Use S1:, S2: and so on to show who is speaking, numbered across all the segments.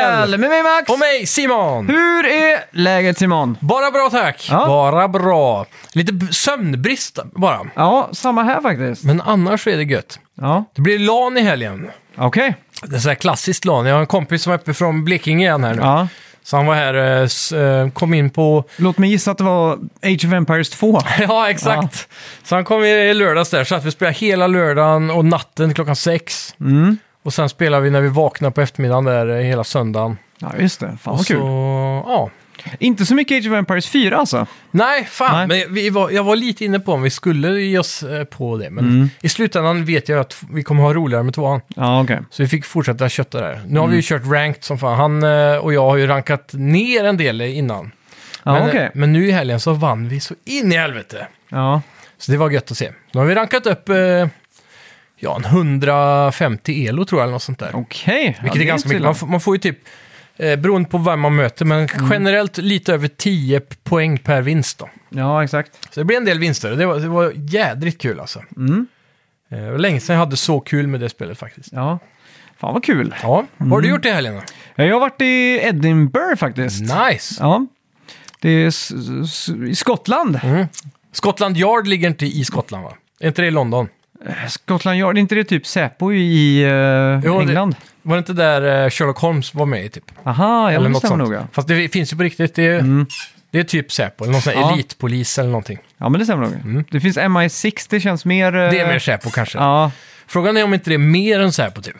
S1: Kalle med mig Max.
S2: Och mig Simon!
S1: Hur är läget Simon?
S2: Bara bra tack!
S1: Ja.
S2: Bara bra. Lite b- sömnbrist bara.
S1: Ja, samma här faktiskt.
S2: Men annars så är det gött.
S1: Ja,
S2: Det blir LAN i helgen.
S1: okej.
S2: Det är så här klassiskt LAN. Jag har en kompis som är uppe från Blekinge igen här nu.
S1: Ja.
S2: Så han var här, eh, s- eh, kom in på...
S1: Låt mig gissa att det var Age of Empires 2.
S2: ja, exakt. Så han kom i lördags där. Så att vi spelade hela lördagen och natten klockan sex.
S1: Mm.
S2: Och sen spelade vi när vi vaknade på eftermiddagen där eh, hela söndagen.
S1: Ja, just det. Fan vad
S2: så,
S1: kul.
S2: ja.
S1: Inte så mycket Age of Empires 4 alltså.
S2: Nej, fan. Men vi var, jag var lite inne på om vi skulle ge oss eh, på det. Men
S1: Mm.
S2: i slutändan vet jag att vi kommer ha roligare med tvåan.
S1: Ja, okej.
S2: Så vi fick fortsätta kötta där. Nu har vi ju
S1: Mm.
S2: kört ranked som fan. Han eh, och jag har ju rankat ner en del innan.
S1: Ja,
S2: men, eh,
S1: okej.
S2: men nu i helgen så vann vi så in i helvete.
S1: Ja.
S2: Så det var gött att se. Nu har vi rankat upp eh, ja, en 150 elo tror jag eller något sånt där.
S1: Okej. Ja,
S2: Vilket
S1: det
S2: är ganska
S1: inte
S2: mycket.
S1: illa.
S2: Man, får- man får ju typ, eh, beroende på vem man möter, men
S1: Mm.
S2: generellt lite över 10 poäng per vinst då.
S1: Ja, exakt.
S2: Så det blev en del vinster och det var, det var jädrigt kul alltså.
S1: Mm.
S2: Eh, Det var länge sedan jag hade så kul med det spelet faktiskt.
S1: Ja. Fan vad kul.
S2: Ja, vad har
S1: Mm.
S2: du gjort i helgen då?
S1: Ja, Jag har varit i Edinburgh faktiskt.
S2: Nice!
S1: Ja. Det är s- s- i Skottland.
S2: Mm. Scotland Yard ligger inte i Skottland va? Är inte det i London?
S1: Skottland Yard, är inte det typ Säpo i eh,
S2: Jo, det-
S1: England?
S2: Var det inte där eh, Sherlock Holmes var med i typ?
S1: Aha, jag
S2: eller något
S1: bestämmer
S2: sånt.
S1: nog ja. Mm.
S2: Fast det finns ju på riktigt. Det är, det är typ Säpo, eller någon sån här
S1: Ja.
S2: elitpolis eller någonting.
S1: Ja, men det stämmer nog. Det finns MI6, det känns mer... eh,
S2: Mm. Det är mer Säpo kanske.
S1: Ja,
S2: Frågan är om inte det är mer än Säpo typ.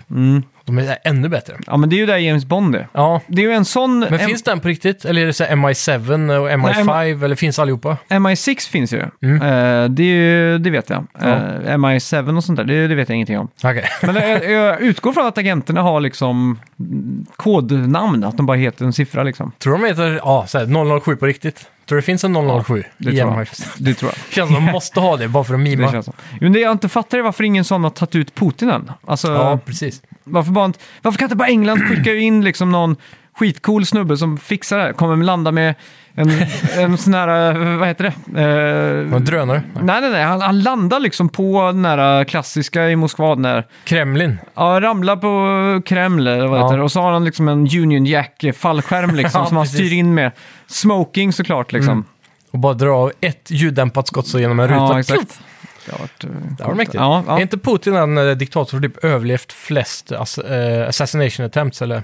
S2: De är ännu bättre.
S1: mm. ja, men det är ju där James Bond är.
S2: Ja,
S1: Det är ju en sån...
S2: men
S1: M-
S2: finns den på riktigt? Eller är det så här MI7 och MI5? eller finns allihopa?
S1: MI6 finns ju.
S2: Mm.
S1: Eh, det, är ju det vet jag.
S2: Ja.
S1: Eh, MI7 och sånt där, det, det vet jag ingenting om.
S2: Okej.
S1: Men jag, jag utgår från att agenterna har liksom mm, kodnamn, att de bara heter en siffra liksom.
S2: Tror de heter ja, så här, 007 på riktigt? Tror det finns en 007
S1: det
S2: i
S1: tror
S2: MI?
S1: jag. Det tror jag.
S2: Känns som de måste ha det bara för att
S1: Det
S2: mima.
S1: känns så. Men det jag inte fattar är varför ingen sån har tagit ut Putin än. Alltså,
S2: Ja, precis.
S1: varför, bara inte, varför kan inte bara England skicka in liksom någon skitcool snubbe som fixar det här? Kommer landa med en, en sån här, eh, vad heter det? Eh,
S2: De drönare. Nej.
S1: nej, nej, nej. Han, han landar liksom på den här klassiska i Moskva. Den här,
S2: Kremlin.
S1: ja, ramlar på Kreml eller vad
S2: Ja.
S1: heter det? Och så har han liksom en Union Jack-fallskärm liksom,
S2: Ja,
S1: som han
S2: precis. Mm.
S1: styr in med. Smoking såklart liksom.
S2: Och bara dra av ett ljuddämpat skott så genom en ruta.
S1: Ja, exakt.
S2: Pluff!
S1: Det har varit, eh,
S2: Det var
S1: coolt.
S2: mäktigt.
S1: Ja, ja.
S2: Är inte Putin den eh, diktator som typ överlevt flest ass- eh, assassination attempts eller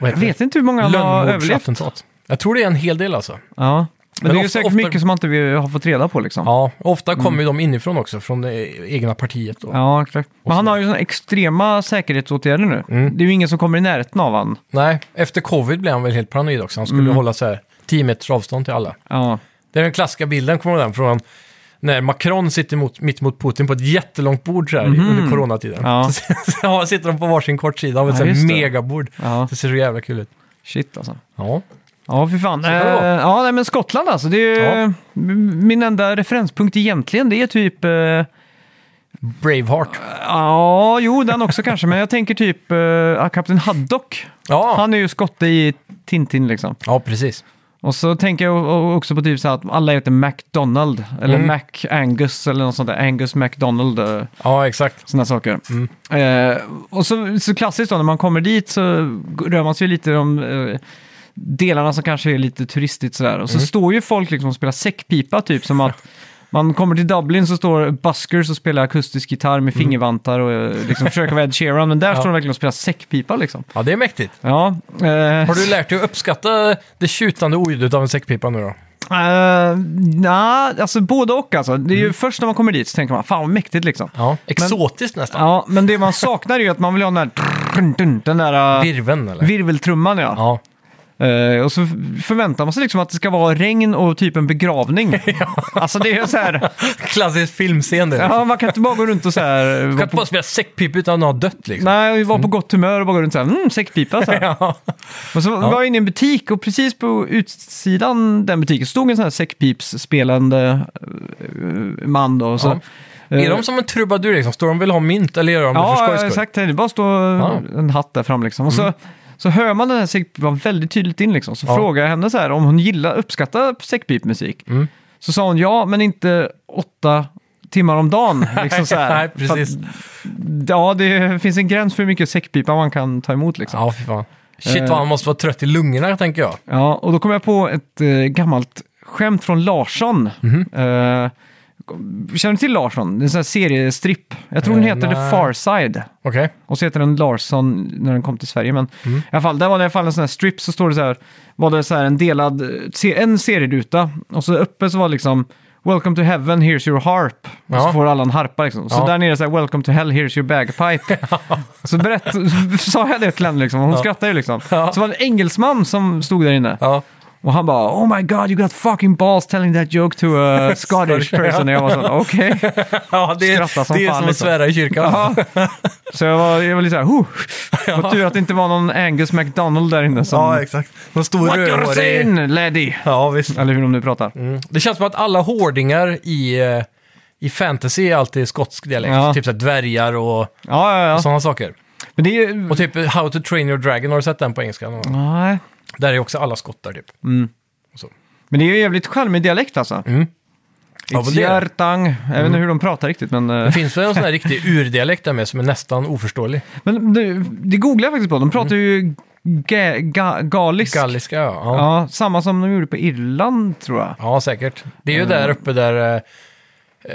S2: vad
S1: Jag
S2: heter
S1: vet inte hur många
S2: det?
S1: han har överlevt.
S2: Lönnmordsattentat. Jag tror det är en hel del alltså.
S1: Ja. Men,
S2: Men
S1: det är ju
S2: ofta-
S1: säkert
S2: ofta-
S1: mycket som man inte vi- har fått reda på liksom.
S2: Ja, och ofta kommer ju de inifrån också, från det e-, egna partiet. Då.
S1: Ja, exakt. Men han har ju såna extrema säkerhetsåtgärder nu.
S2: Mm.
S1: Det är ju ingen som kommer i närheten av han.
S2: Nej, efter covid blev han väl helt paranoid också. Han skulle
S1: Mm.
S2: hålla så här 10 meters avstånd till alla.
S1: Ja,
S2: Det är den klassiska bilden, kommer du ihåg den? Från när Macron sitter mot, mitt mot Putin på ett jättelångt bord så här under coronatiden.
S1: Mhm. Ja.
S2: Så, så sitter de på varsin kort sida av ett
S1: Ja,
S2: så här
S1: just det.
S2: megabord.
S1: ja.
S2: Det ser så jävla kul ut.
S1: shit alltså.
S2: Ja,
S1: Ja, fy fan. Eh,
S2: kan det vara.
S1: ja, nej, men Skottland alltså. Det är ju...
S2: Ja.
S1: m- Min enda referenspunkt egentligen, det är typ... eh,
S2: Braveheart.
S1: Ja, jo, den också kanske. Men jag tänker typ eh, ja, Kapten Haddock.
S2: Ja,
S1: Han är ju skotte i Tintin liksom.
S2: ja precis.
S1: Och så tänker jag o- o- också på typ så här att alla heter McDonald. Eller
S2: Mm.
S1: Mac Angus eller något sånt där. Angus McDonald. eh,
S2: Ja, exakt.
S1: sådana saker. Eh, och så, så klassiskt då, när man kommer dit så rör man sig ju lite om eh, delarna som kanske är lite turistigt sådär. Och så står ju folk liksom och spelar säckpipa typ som att man kommer till Dublin så står buskers och spelar akustisk gitarr med fingervantar och eh, liksom försöker vara Ed Sheeran. Men där står de verkligen och spelar säckpipa liksom.
S2: Ja, det är mäktigt.
S1: Ja, eh,
S2: Har du lärt dig att uppskatta det tjutande oljudet av en säckpipa nu då?
S1: eh, nja, alltså både och alltså. Det är ju först när man kommer dit så tänker man fan vad mäktigt liksom.
S2: Ja. Exotiskt nästan.
S1: Ja, men det man saknar är ju att man vill ha den där... Den där eh,
S2: Virven eller?
S1: Virveltrumman ja.
S2: Ja.
S1: Eh, och så f- förväntar man sig liksom att det ska vara regn och typ en begravning. Alltså det är ju så här,
S2: Klassisk filmscen. det.
S1: ja, man kan inte bara gå runt och så här... eh,
S2: Du
S1: vara
S2: kan inte
S1: på,
S2: bara spela säckpipa utan att ha dött liksom.
S1: nej, vara på gott humör och bara gå runt så här, mm, säckpipa så här.
S2: Ja.
S1: Och så var jag inne i en butik och precis på utsidan den butiken stod en sån här säckpipsspelande eh, man då. Och så,
S2: Är de som en trubadur liksom? Står de vill ha mynt eller gör de det för
S1: Ja,
S2: skojs skull? Mm.
S1: exakt. Det är bara står en hatt där fram liksom. Och så, så hör man den här säckpipan väldigt tydligt in liksom. Så
S2: Ja.
S1: frågar jag henne så här om hon gillar, uppskattar säckpipmusik.
S2: Mm.
S1: Så sa hon ja, men inte åtta timmar om dagen. Liksom så här.
S2: Nej, precis.
S1: För att, ja, det finns en gräns för hur mycket säckpipa man kan ta emot liksom.
S2: Ja, fy fan. Shit vad han måste vara trött i lungorna tänker jag.
S1: Ja, och då kom jag på ett eh, gammalt skämt från Larsson.
S2: Mhm.
S1: Eh, känner du till Larsson? Det är en sån här seriestripp. Jag tror den
S2: Eh,
S1: heter The
S2: nej.
S1: Far Side.
S2: Okej.
S1: Och så heter den Larsson när den kom till Sverige. Men
S2: Mm.
S1: i alla fall, där var det i alla fall en sån här strip så står det så här, var det så här en delad, se- en serieruta. Och så uppe så var det liksom Welcome to heaven, here's your harp. Och så
S2: Ja.
S1: får alla en harpa liksom. Så
S2: Ja.
S1: där nere så här, Welcome to hell, here's your bagpipe. så berätt, sa jag det till henne liksom, och hon skrattade ju liksom.
S2: Ja.
S1: Så var det en engelsman som stod där inne.
S2: Ja.
S1: Och han bara Oh my god, you got fucking balls telling that joke to a Scottish person. Och jag var så okej.
S2: ja, det är,
S1: Skratta som
S2: det är
S1: fan,
S2: som att
S1: liksom.
S2: svära i kyrkan.
S1: Ja. Så jag var, jag var lite så här, huh. Vad tur att det inte var någon Angus McDonald där inne som...
S2: Ja, exakt. De stora
S1: What you're
S2: rödhåriga.
S1: saying, lady!
S2: Ja, visst.
S1: Eller hur de nu pratar.
S2: Mm. Det känns som att alla hårdingar i, eh, i fantasy är alltid skotsk dialekt.
S1: Ja.
S2: Typ så här dvärgar och
S1: Ja, ja, ja.
S2: sådana saker.
S1: Men det är ju...
S2: Och typ How to Train Your Dragon, har du sett den på engelska?
S1: Mm. Nej.
S2: Där är också alla skottar typ.
S1: Men det är ju jävligt charmig dialekt alltså.
S2: Mm. Ja, men
S1: It's
S2: det Mm. är det.
S1: Hjertang. Jag vet inte hur de pratar riktigt, men... eh,
S2: Det finns väl en sån här riktig urdialekt där med som är nästan oförståelig.
S1: Men det, det googlade jag faktiskt på. De
S2: Mm.
S1: pratar ju ga, ga, galisk.
S2: Galliska, ja. Ja,
S1: Ja, samma som de gjorde på Irland, tror jag.
S2: ja säkert. Det är ju
S1: Mm.
S2: där uppe där eh,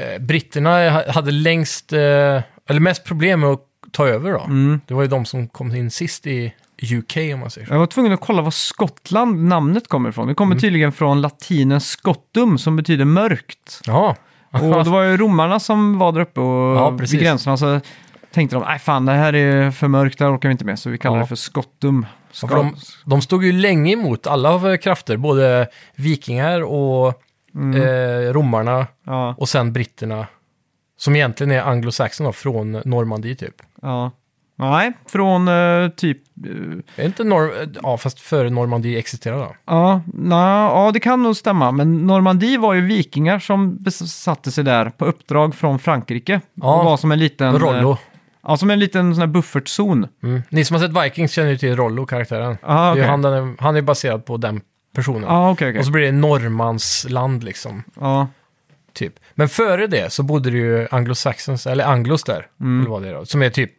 S2: eh, britterna ha- hade längst, eh, eller mest problem med att ta över då.
S1: Mm.
S2: Det var ju de som kom in sist i UK om man säger så.
S1: Jag var tvungen att kolla var Skottland namnet kommer ifrån. Det kommer
S2: Mm.
S1: tydligen från latinen scottum som betyder mörkt.
S2: Ja.
S1: Och det var ju romarna som var där uppe och
S2: Ja, precis.
S1: vid gränserna så tänkte de, nej fan det här är för mörkt, det här orkar vi inte med. Så vi kallar
S2: Ja.
S1: det för skottum.
S2: Ja, för de, de stod ju länge emot alla av eh, krafter, både vikingar och
S1: Mm.
S2: eh, romarna
S1: Ja,
S2: och sen britterna. Som egentligen är anglosaxerna från Normandie typ.
S1: ja. Nej, från eh, typ... eh,
S2: Är inte Nor- ja, fast före Normandie existerade då.
S1: ja, na, ja, det kan nog stämma. Men Normandie var ju vikingar som besatte sig där på uppdrag från Frankrike.
S2: Ja.
S1: Och var som en liten... eh,
S2: Rollo.
S1: Ja, som en liten sån här buffertzon.
S2: Mm. Ni som har sett Vikings känner ju till Rollo-karaktären.
S1: Ah,
S2: Det är
S1: okej.
S2: ju Han, den är, han är baserad på den personen.
S1: Ja, okej, okej.
S2: Och så blir det norrmansland liksom.
S1: Ja.
S2: Typ. Men före det så bodde det ju anglosaxons, eller anglos där,
S1: Mm.
S2: eller vad det är då, som är typ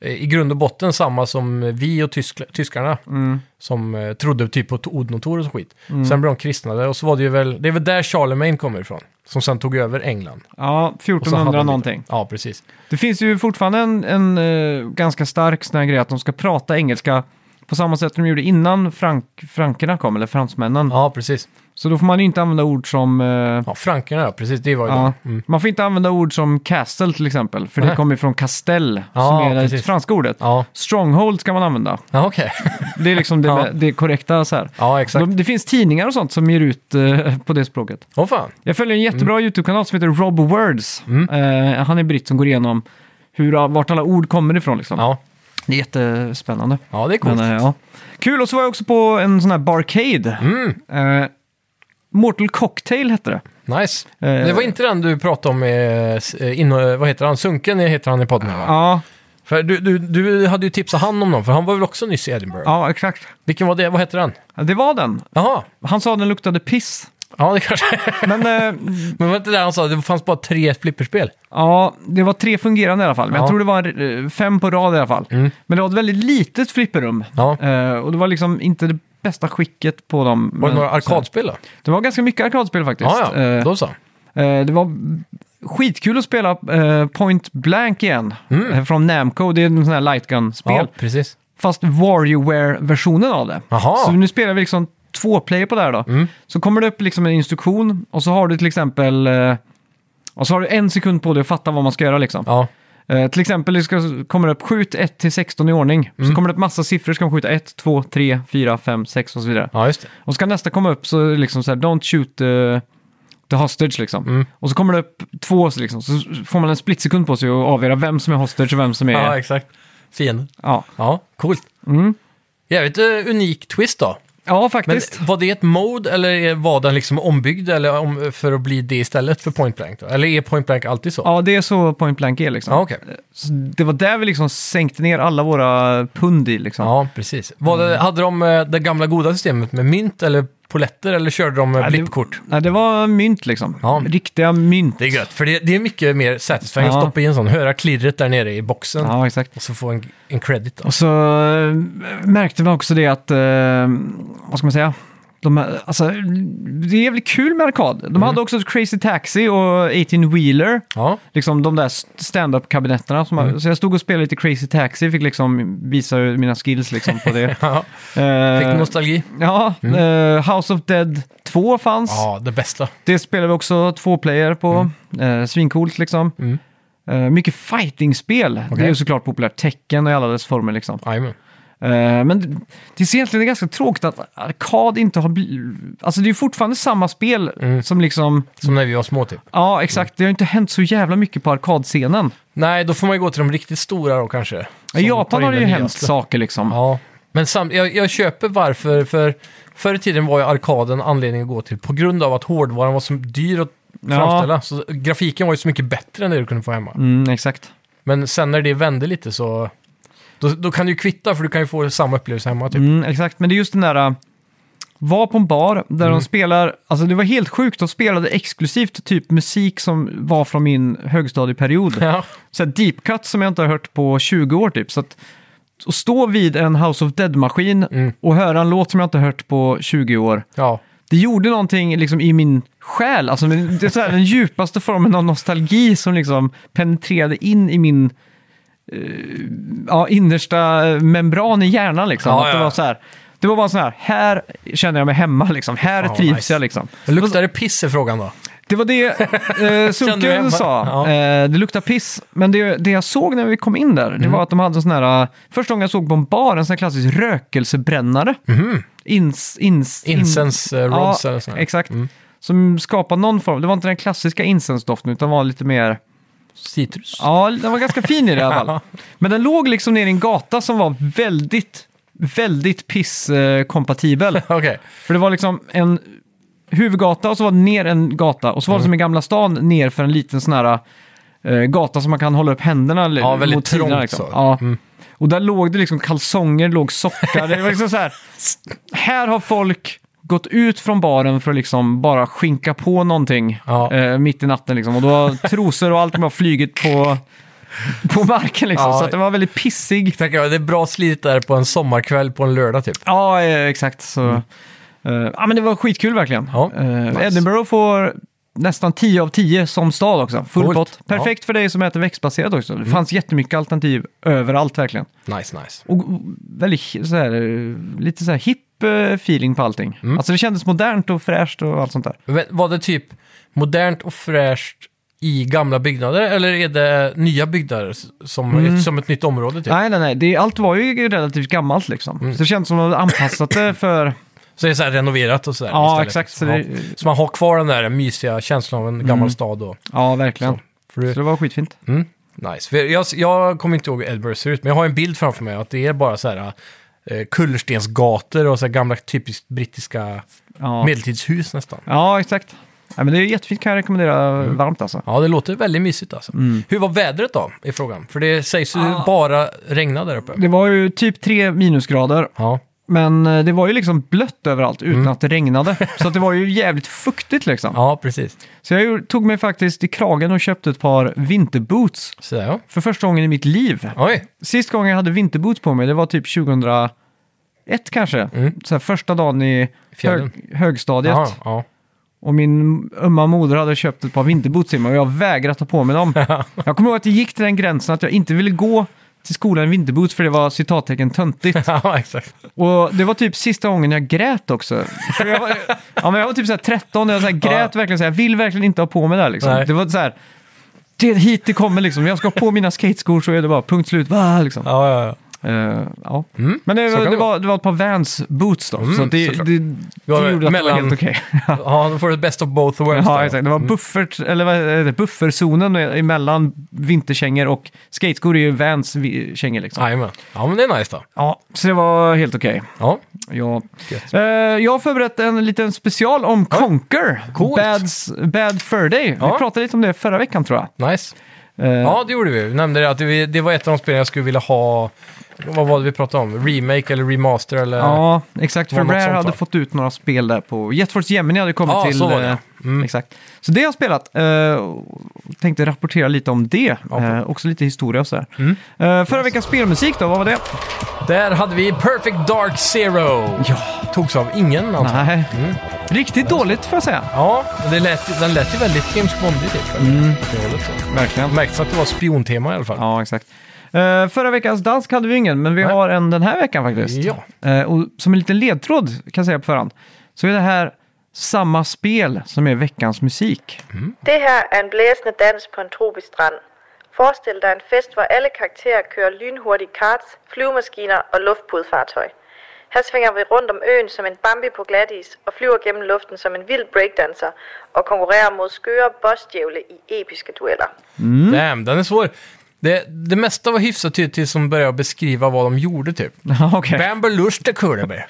S2: eh, i grund och botten samma som vi och tysk, tyskarna,
S1: mm.
S2: som eh, trodde typ på odnotor och så skit. Sen blev de kristnade och så var det ju väl, det är väl där Charlemagne kommer ifrån, som sen tog över England.
S1: Ja,
S2: Och så hade
S1: 1400
S2: han-
S1: någonting.
S2: Ja, precis.
S1: Det finns ju fortfarande en, en eh, ganska stark sån här grej att de ska prata engelska på samma sätt som de gjorde innan frank, frankerna kom, eller fransmännen.
S2: Ja, precis.
S1: Så då får man ju inte använda ord som... eh,
S2: Ja, frankerna, ja, precis, det var ju
S1: ja,
S2: de. Mm.
S1: Man får inte använda ord som castle till exempel, för det
S2: Nej.
S1: kommer ju från castell, som
S2: Ja,
S1: är det
S2: precis.
S1: franska ordet.
S2: Ja,
S1: Stronghold ska man använda.
S2: ja okej.
S1: Det är liksom det,
S2: Ja.
S1: det korrekta så här.
S2: ja, exakt.
S1: De, det finns tidningar och sånt som ger ut eh, på det språket.
S2: Åh fan.
S1: Jag följer en
S2: Mm.
S1: jättebra YouTube-kanal som heter Rob Words. Eh, han är britt som går igenom hur, ah, vart alla ord kommer ifrån. Liksom.
S2: Ja.
S1: Det är jättespännande.
S2: ja, det är
S1: Men,
S2: coolt.
S1: eh, ja. Kul, och så var jag också på en sån här barcade.
S2: Mm,
S1: Eh, Mortal Cocktail hette det.
S2: nice.
S1: Eh,
S2: Det var inte den du pratade om, eh, s- eh, in, eh, vad heter han, Sunken heter han i podden va?
S1: Ja,
S2: För du, du, du hade ju tipsat han om någon, för han var väl också nyss i Edinburgh?
S1: ja, exakt.
S2: Vilken var det? Vad hette den?
S1: Ja, Det var den.
S2: Jaha,
S1: Han sa den luktade piss.
S2: ja det kanske...
S1: Men eh,
S2: Men var det inte där han sa att det fanns bara tre flipperspel?
S1: ja, det var tre fungerande i alla fall. Men jag
S2: Ja.
S1: tror det var eh, fem på rad i alla fall. Men det var ett väldigt litet flipperrum.
S2: Ja.
S1: Eh, och det var liksom inte det bästa skicket på dem.
S2: Var
S1: men-
S2: det några
S1: så här.
S2: arkadspel då?
S1: Det var ganska mycket arkadspel faktiskt.
S2: Ja, ja,
S1: Eh,
S2: då så.
S1: eh, det var skitkul att spela eh, Point Blank igen. Eh, Från Namco, det är en sån här lightgun-spel.
S2: Mm. Ja, precis.
S1: Fast Warrior-versionen av det.
S2: Jaha.
S1: Så nu spelar vi liksom två player på det här
S2: Mm.
S1: då. Så kommer det upp liksom en instruktion och så har du till exempel... Eh, och så har du en sekund på dig att fatta vad man ska göra liksom.
S2: Ja,
S1: Eh, till exempel det ska, kommer det upp skjut 1 till 16 i ordning. Så
S2: Mm.
S1: kommer det upp massa siffror, ska man skjuta 1, 2, 3, 4, 5, 6 och så vidare.
S2: ja just det.
S1: Och ska nästa komma upp så är det liksom så här, don't shoot uh, the hostage liksom.
S2: Mm.
S1: Och så kommer det upp två så liksom, så får man en splitsekund på sig att avgöra vem som är hostage och vem som är...
S2: Ja,
S1: Ja,
S2: exakt. Fienden.
S1: ja.
S2: Ja, coolt.
S1: Mm.
S2: Jävligt eh, unik twist då. Men
S1: faktiskt.
S2: var det ett mode eller var den liksom ombyggd eller om, för att bli det istället för point blank? Då? Eller är point blank alltid så?
S1: Ja, det är så point blank är liksom.
S2: Ja, okej.
S1: Så det var där vi liksom sänkte ner alla våra pund i liksom.
S2: Mm. Ja, precis. Var det, hade de eh, det gamla goda systemet med mynt eller poletter eller körde de med
S1: Ja, det-
S2: blippkort?
S1: Nej, det var mynt liksom.
S2: Ja.
S1: Riktiga mynt.
S2: Det är gött, för det, det är mycket mer satisfying
S1: Ja.
S2: att stoppa i en sån, höra klirret där nere i boxen
S1: Ja, exakt.
S2: och så få en, en credit. Då.
S1: Och så eh, märkte man också det att, eh, vad ska man säga? De, här- alltså, det är jävligt kul med arkad.
S2: Mm.
S1: De hade också Crazy Taxi och 18 Wheeler.
S2: Ja,
S1: Liksom de där stand-up-kabinetterna. som
S2: Mm.
S1: man- Så jag stod och spelade lite Crazy Taxi, fick liksom visa mina skills liksom på det.
S2: ja. fick
S1: Eh,
S2: nostalgi.
S1: ja, eh, House of Dead 2 fanns.
S2: Ja, det bästa.
S1: Det spelade vi också två player på. Eh, svincoolt liksom.
S2: Mm.
S1: Eh, mycket fighting-spel. Det är ju såklart populärt. Tecken och i alla dess former liksom.
S2: Jajamän.
S1: Eh, Men det- det är egentligen ganska tråkigt att arkad inte har blivit... Alltså det är ju fortfarande samma spel
S2: Mm.
S1: som liksom...
S2: Som när vi var små typ.
S1: Ja, exakt. Det har ju inte hänt så jävla mycket på arkadscenen.
S2: Nej, då får man ju gå till de riktigt stora då kanske.
S1: I
S2: Som tar
S1: Japan
S2: in
S1: har det
S2: det
S1: ju
S2: nyaste.
S1: hänt saker liksom. Ja,
S2: Ja, men sam- jag, jag köper varför. För förr i tiden var ju arkaden anledningen att gå till på grund av att hårdvaran var så dyr att framställa. Så grafiken var ju så mycket bättre än det du kunde få hemma.
S1: mm, exakt.
S2: Men sen när det vände lite så... Då, då kan du ju kvitta för du kan ju få samma upplevelse hemma typ.
S1: Mm, exakt. Men det är just den där... äh, Var på en bar där
S2: Mm.
S1: de spelar... Alltså det var helt sjukt. De spelade exklusivt typ musik som var från min högstadieperiod.
S2: Ja,
S1: så här deep cut som jag inte har hört på 20 år typ. Så att, att stå vid en House of Dead-maskin
S2: Mm.
S1: och höra en låt som jag inte har hört på 20 år.
S2: ja.
S1: Det gjorde någonting liksom i min själ. Alltså, men det är så här, den djupaste formen av nostalgi som liksom penetrerade in i min eh, ja, innersta eh, membran i hjärnan. Liksom.
S2: Ja,
S1: att det,
S2: ja.
S1: var så här, det var bara så här, här känner jag mig hemma, liksom. här
S2: Fan, vad
S1: trivs
S2: nice.
S1: jag. Liksom.
S2: Luktar det piss i frågan då?
S1: Det var det eh,
S2: Kände du hemma?
S1: Sunken sa.
S2: Ja.
S1: Eh, det luktar piss. Men det, det jag såg när vi kom in där, det
S2: Mm.
S1: var att de hade en sån här... eh, Första gången jag såg på en bar, en sån här klassisk rökelsebrännare. Ins, ins, in-
S2: Mm. Mhm. Incense
S1: Mm.
S2: Mm. eh, rods eller sånt. där.
S1: exakt. Som skapade någon form. Det var inte den klassiska incensdoften, utan var lite mer...
S2: Citrus.
S1: Ja, den var ganska fin i det i alla fall. Men den låg liksom ner i en gata som var väldigt, väldigt pisskompatibel.
S2: Okej.
S1: För det var liksom en huvudgata och så var det ner en gata. Och så
S2: Mm.
S1: var det som i Gamla stan ner för en liten sån här eh, gata som man kan hålla upp händerna eller-
S2: Ja, väldigt
S1: mot sidorna,
S2: trångt
S1: liksom.
S2: så. Mm.
S1: Ja. Och där låg det liksom kalsonger, låg sockar. Det var liksom så här, här har folk gått ut från baren för att liksom bara skinka på någonting
S2: Ja.
S1: eh, mitt i natten. Liksom. Och då har trosor och allt bara flugit på, på marken. Liksom.
S2: Ja.
S1: Så att det var väldigt pissig
S2: Tänker jag, det är bra slit där på en sommarkväll på en lördag typ.
S1: Ja, eh, exakt. Så. eh, ja, men det var skitkul verkligen.
S2: Mm. Ja,
S1: Eh,
S2: nice.
S1: Edinburgh får nästan 10 av 10 som stad också. Full
S2: Coolt. Mm.
S1: pott. Perfekt för dig som äter växtbaserat också. Det fanns jättemycket alternativ överallt verkligen.
S2: Nice, nice.
S1: Och och väldigt så här, eh, lite så här hipp eh, feeling på allting.
S2: Mm.
S1: Alltså det kändes modernt och fräscht och allt sånt där.
S2: Men var det typ modernt och fräscht i gamla byggnader eller är det nya byggnader s- som, som ett nytt område? Typ?
S1: Mm. Nej, nej, nej. Det, allt var ju relativt gammalt liksom.
S2: Mm.
S1: Så det kändes som att de hade anpassat det för...
S2: Så det är så här renoverat och sådär
S1: Ja,
S2: istället.
S1: exakt,
S2: Så,
S1: så
S2: man-
S1: det-
S2: så man har kvar den där mysiga känslan av en gammal stad. Och,
S1: Ja, verkligen. Så,
S2: för det,
S1: det var skitfint.
S2: mm, nice. För jag, jag kommer inte ihåg hur Edinburgh ser ut, men jag har en bild framför mig att det är bara så här eh, kullerstensgator och så här gamla typiskt brittiska
S1: Ja,
S2: medeltidshus nästan.
S1: ja exakt. Ja, men det är jättefint, kan jag rekommendera varmt alltså.
S2: Ja, det låter väldigt mysigt alltså.
S1: Mm.
S2: Hur var vädret då, i frågan? För det sägs ju bara regna där uppe.
S1: Det var ju typ tre minusgrader,
S2: Ja,
S1: men eh, det var ju liksom blött överallt utan att det regnade. Så att det var ju jävligt fuktigt liksom.
S2: ja precis.
S1: Så jag gjorde- tog mig faktiskt i kragen och köpte ett par vinterboots
S2: Så där, ja.
S1: för första gången i mitt liv.
S2: Oj,
S1: Sist gången jag hade vinterboots på mig, det var typ 2001 kanske.
S2: Mm.
S1: Så här, första dagen i
S2: fjällen.
S1: hög, högstadiet.
S2: Jaha, ja.
S1: Och min ömma moder hade köpt ett par vinterboots till mig och jag vägrade ta på mig dem. jag kommer ihåg att det gick till den gränsen att jag inte ville gå till skolan i vinterboots för det var citattecken töntigt.
S2: ja, exakt.
S1: Och det var typ sista gången jag grät också. För jag, var, ja, men jag var typ så här 13 och jag så här grät verkligen så här, jag vill verkligen inte ha på mig det här liksom.
S2: Nej.
S1: Det var så här, det är hit det kommer liksom. Jag ska ha på mina skateskor så är det bara punkt slut. Va, liksom. ja.
S2: Ja, ja, ja.
S1: ja.
S2: Mm,
S1: Men det,
S2: så kan
S1: det,
S2: det
S1: var, det var ett par Vans boots då.
S2: Mm,
S1: så det, det,
S2: såklart.
S1: det,
S2: var
S1: gjorde att det var
S2: mellan-
S1: helt okej.
S2: ja, då får du best of both worlds.
S1: Ja,
S2: där. Mm.
S1: exakt. Det var buffert, eller vad är det, bufferzonen emellan vinterkängor och skateskor är ju Vans vi- kängor liksom.
S2: Jajamän. Ja, men det är nice då.
S1: Ja, så det var helt okej.
S2: Ja,
S1: Ja.
S2: Gött.
S1: Eh, jag har förberett en liten special om Conker.
S2: Coolt.
S1: Bads, Bad Fur Day.
S2: Ja.
S1: Vi pratade lite om det förra veckan tror jag.
S2: nice.
S1: Eh,
S2: Ja, det gjorde vi. Vi nämnde det att det det var ett av de spel jag skulle vilja ha. Vad var det vi pratade om? Remake eller remaster eller?
S1: ja, exakt.
S2: det
S1: För
S2: var något
S1: Rare
S2: sånt,
S1: hade
S2: va?
S1: fått ut några spel där på... Jet Force Gemini hade kommit
S2: Ja,
S1: till...
S2: så var det.
S1: eh,
S2: Mm.
S1: Exakt. Så det har jag spelat. eh, och tänkte rapportera lite om det.
S2: Ja,
S1: Eh, också lite historia och sådär.
S2: Mm.
S1: Eh, förra veckans spelmusik då, vad var det?
S2: Där hade vi Perfect Dark Zero.
S1: Ja.
S2: Togs av ingen antar jag.
S1: Nej.
S2: Mm.
S1: Riktigt dåligt får jag säga.
S2: Ja, och det lät, den lät ju väldigt James Bondig typ. eller?
S1: Mm.
S2: Det hållet så.
S1: Verkligen.
S2: Det märktes att det var spiontema i alla fall.
S1: Ja, exakt. Eh, förra veckans dansk hade vi ingen, men vi
S2: Nej.
S1: har en den här veckan faktiskt.
S2: Ja.
S1: Eh, och som en liten ledtråd kan jag säga på förhand, så är det här samma spel som är veckans musik.
S2: Mm.
S3: Det her er en blæsende dans på en tropisk strand. Forestil dig en fest, hvor alle karakterer kører lynhurtige karts, flyvemaskiner og luftpudfartøj. Her svinger vi rundt om øen som en Bambi på glatis og flyver gennem luften som en vild breakdancer og konkurrerer mod skøre bossdjævle i episke dueller.
S2: Damn, den är svår. Det, det mesta var hyfsat tydligt tills de började beskriva vad de gjorde typ.
S1: Ja, Okej.
S2: Bambalusta kurbe.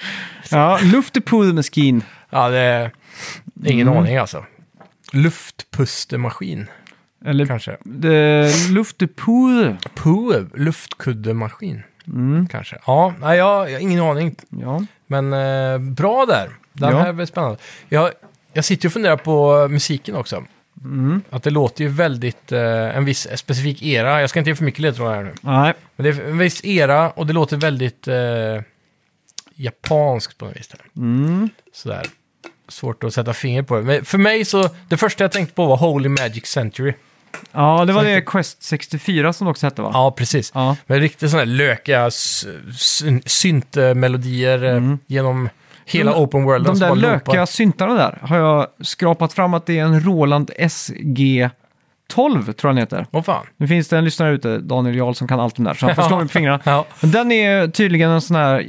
S1: Ja, Luftepudmaskin.
S2: Ja, det är ingen aning alltså. Luftpustemaskin
S1: Eller eh,
S2: kanske.
S1: de, Luftepude.
S2: Puev, luftkuddemaskin. Kanske. Ja, nej, jag, jag har ingen aning.
S1: Ja.
S2: Men eh, bra där. Den
S1: Ja.
S2: här är spännande. Jag, jag sitter ju och funderar på musiken också. Att det låter ju väldigt, eh, en viss specifik era. Jag ska inte ge för mycket ledtrådar här nu.
S1: Nej.
S2: Men det är en viss era och det låter väldigt eh, japanskt på något vis. Där.
S1: Mm.
S2: Sådär. Svårt att sätta finger på det. Men för mig så, det första jag tänkte på var Holy Magic Century.
S1: Ja, det var det Quest 64 som det också hette va?
S2: Ja, precis.
S1: Ja.
S2: Med riktigt sådana här lökiga s- syn- syntmelodier eh, genom hela
S1: Mm. De-
S2: open worlden.
S1: De
S2: som
S1: där
S2: bara loopar.
S1: lökiga syntarna där har jag skrapat fram att det är en Roland SG 12 tror jag den heter.
S2: Åh fan.
S1: Nu finns det en lyssnare ute, Daniel Jarl, som kan allt om det här, så han får slå mig på fingrarna.
S2: Ja.
S1: Men Den är tydligen en sån här eh,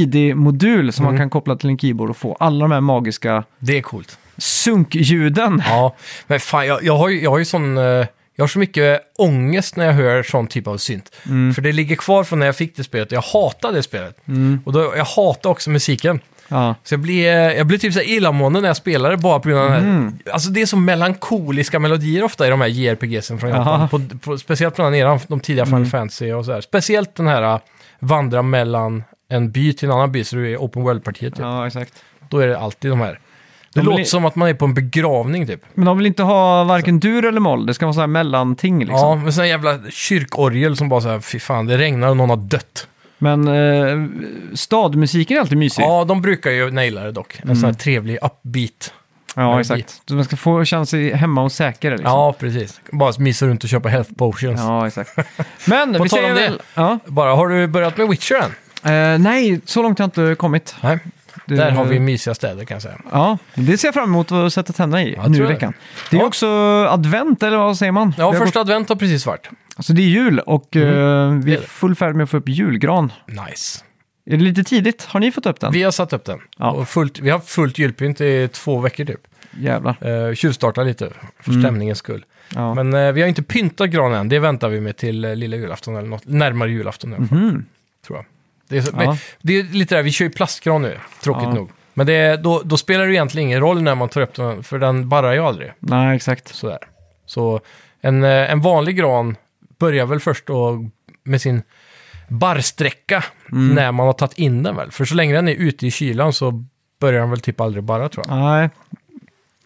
S1: midi-modul
S2: Mm.
S1: som man kan koppla till en keyboard och få alla de här magiska
S2: Det är coolt.
S1: sunkljuden.
S2: Ja, men fan, jag, jag, har ju, jag har ju sån... eh, Jag har så mycket ångest när jag hör sån typ av synt.
S1: Mm.
S2: För det ligger kvar från när jag fick det spelet. Jag hatar det spelet. Och då, jag hatar också musiken.
S1: Ja.
S2: Så jag blir, eh, jag blir typ så här illamående när jag spelar det bara på grund av den
S1: Mm.
S2: här. Alltså det är så melankoliska melodier ofta i de här JRPGsen från
S1: Aha. Mm.
S2: Japan. På, på, speciellt från den eran, de tidiga Final Fantasy och så här. Speciellt den här eh, vandra mellan en by till en annan by, så du är open world-partiet. Typ.
S1: ja, exakt.
S2: Då är det alltid de här. Det
S1: De
S2: låter
S1: blir-
S2: som att man är på en begravning typ.
S1: Men de vill inte ha varken dur eller moll, det ska vara så här mellanting liksom.
S2: Ja, med sån här jävla kyrkorgel som bara så här, fy fan, det regnar och någon har dött.
S1: Men eh, stadmusiken är alltid mysig.
S2: Ja, de brukar ju naila det dock. En sån
S1: Mm.
S2: här trevlig upbeat.
S1: Ja, exakt. Så man ska få känna sig hemma och säker. Liksom.
S2: Ja, precis. Bara mysa runt och köpa health potions.
S1: ja, exakt. Men
S2: På
S1: vi
S2: tal
S1: säger
S2: om det.
S1: väl... Ja.
S2: Bara, har du börjat med Witcher än?
S1: Eh, nej, så långt har jag inte kommit.
S2: Nej.
S1: Det-
S2: Där har vi mysiga städer kan jag säga.
S1: Ja, det ser jag fram emot att sätta tänderna i
S2: Ja,
S1: nu i
S2: tror jag.
S1: veckan. Det är
S2: Ja.
S1: också advent, eller vad säger man?
S2: Ja,
S1: Det har
S2: första advent har precis varit.
S1: gått- Alltså det är jul och eh, vi
S2: det
S1: är
S2: är
S1: i
S2: det.
S1: full färd med att få upp julgran.
S2: Nice.
S1: Är det lite tidigt? Har ni fått upp den?
S2: Vi har satt upp den.
S1: Ja.
S2: Och fullt, vi har haft fullt julpynt i två veckor typ.
S1: Jävlar.
S2: Uh, tjuvstarta lite för
S1: Mm.
S2: stämningens skull.
S1: Ja.
S2: Men eh, vi har inte pyntat granen än. Det väntar vi med till eh, lilla julafton eller något. Närmare julafton i alla fall. Tror jag. Det är, så,
S1: Mm. Ja.
S2: det är lite där, vi kör ju plastgran nu, tråkigt
S1: Ja.
S2: nog. Men det är, då, då spelar det egentligen ingen roll när man tar upp den, för den barrar ju aldrig.
S1: Nej, exakt.
S2: Sådär. Så en, eh, en vanlig gran börjar väl först då med sin barrsträcka
S1: Mm.
S2: när man har tagit in den väl. För så länge den är ute i kylan så börjar den väl typ aldrig barra tror jag.
S1: Nej.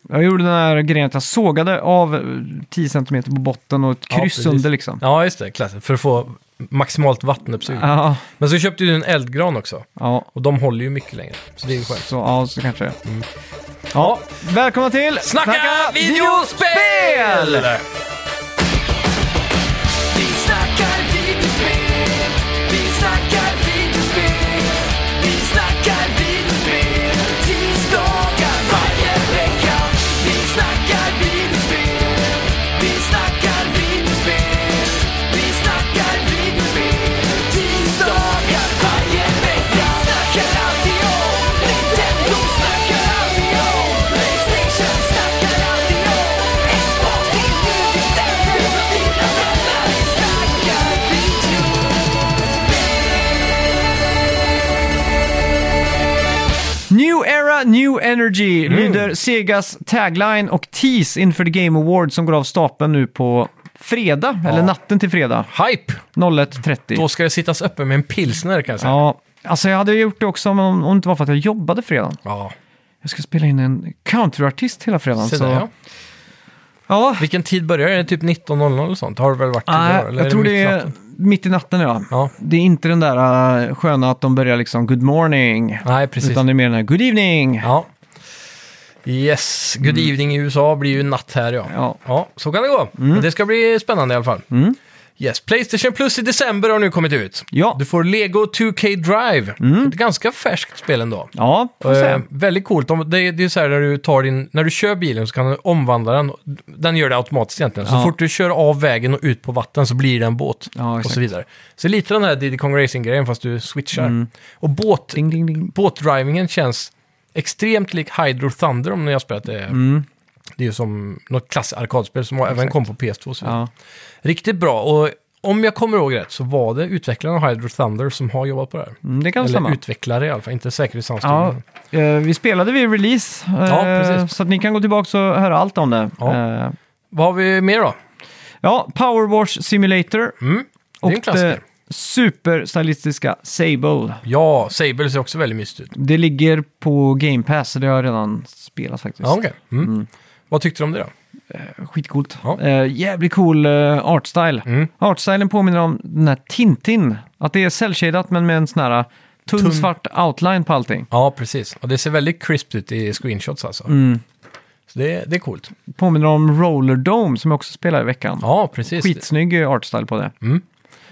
S1: Jag gjorde den här grejen att jag sågade av eh, 10 cm på botten och ett
S2: Ja,
S1: kryss
S2: precis.
S1: under liksom.
S2: Ja, just det. Klassiskt. För att få maximalt vattenuppsug.
S1: Ja,
S2: Men så köpte du en eldgran också.
S1: ja.
S2: Och de håller ju mycket längre. Så det är ju skönt.
S1: Så, ja, så kanske det är.
S2: Mm.
S1: Ja, välkomna till
S2: Snacka, videospel!
S4: Vi snackar videospel, vi snackar videospel, vi snackar videospel, tisdagar varje vecka. Vi snackar videospel, vi snackar videospel, vi snackar videospel, tisdagar varje vecka. Snackar alltid om Nintendo, snackar alltid om Playstation, snackar alltid om Xbox, det är nu vi sänder för dina vänner. Vi snackar videospel.
S1: New Era, New
S2: Mm.
S1: Energy lyder Segas tagline och tease inför The Game Awards som går av stapeln nu på fredag, eller natten till fredag,
S2: Hype!
S1: 01.30.
S2: Då ska det sittas öppen med en pilsner kan jag säga.
S1: Ja, alltså jag hade gjort det också om, om det inte var för att jag jobbade fredagen.
S2: Ja,
S1: Jag ska spela in en countryartist hela fredagen.
S2: se
S1: Så,
S2: där, ja.
S1: ja.
S2: Vilken tid börjar det? Är det Typ 19.00 eller sånt? Har det väl varit
S1: Nej,
S2: tidigare? Eller
S1: jag tror
S2: mitt i
S1: det är
S2: natten?
S1: mitt i natten. Ja.
S2: Ja,
S1: Det är inte den där äh, sköna att de börjar liksom good morning.
S2: nej precis.
S1: Utan det är mer den här good evening. Ja,
S2: Ja. Yes, good evening i USA blir ju natt här ja.
S1: Mm. Ja. Mm.
S2: så kan det gå. Men det ska bli spännande i alla fall. Yes, Playstation Plus i december har nu kommit ut.
S1: Ja. Mm.
S2: Du får Lego 2K Drive. Ett ganska färskt spel ändå.
S1: får vi se.
S2: Eh, väldigt coolt. Om- Det, det är så här när du, tar din, när du kör bilen så kan du omvandla den. Den gör det automatiskt egentligen. Så
S1: Ja.
S2: fort du kör av vägen och ut på vatten så blir det en båt.
S1: Ja,
S2: och
S1: exakt.
S2: så vidare. Så lite den här Diddy Kong Racing-grejen fast du switchar. Och båt,
S1: Mm. Ding, ding, ding.
S2: båtdrivingen känns extremt lik Hydro Thunder om ni har spelat det.
S1: Mm.
S2: Det är ju som något klass arkadspel som även kom på PS2. och Så vidare.
S1: Ja.
S2: Riktigt bra. Och om jag kommer ihåg rätt så var det utvecklaren av Hydro Thunder som har jobbat på det här.
S1: Mm, det kan
S2: Eller
S1: stämma.
S2: utvecklare i alla fall, inte
S1: Ja,
S2: säkerhetsanstalten.
S1: eh, vi spelade vid release, eh,
S2: Ja, precis.
S1: så att ni kan gå tillbaka och höra allt om det.
S2: Ja.
S1: Eh,
S2: Vad har vi mer då?
S1: ja Power Wash Simulator
S2: Mm. Det
S1: och
S2: är en klassiker.
S1: det superstylistiska Sable.
S2: Ja, Sable ser också väldigt mysigt ut.
S1: Det ligger på Game Pass, så det har jag redan spelat faktiskt.
S2: Ja, okej. mm. Vad tyckte du om det då?
S1: Skitcoolt.
S2: Ja.
S1: Eh, jävligt cool eh, artstyle.
S2: Mm.
S1: Artstylen påminner om den här Tintin. Att det är cellshadat men med en sån här tunn,
S2: Tunn.
S1: svart outline på allting.
S2: Ja, precis. Och det ser väldigt crispt ut i screenshots alltså. Så det, det är coolt.
S1: Påminner om Roller Dome som jag också spelade i veckan.
S2: Ja, precis.
S1: Skitsnygg eh, artstyle på det.
S2: Mm.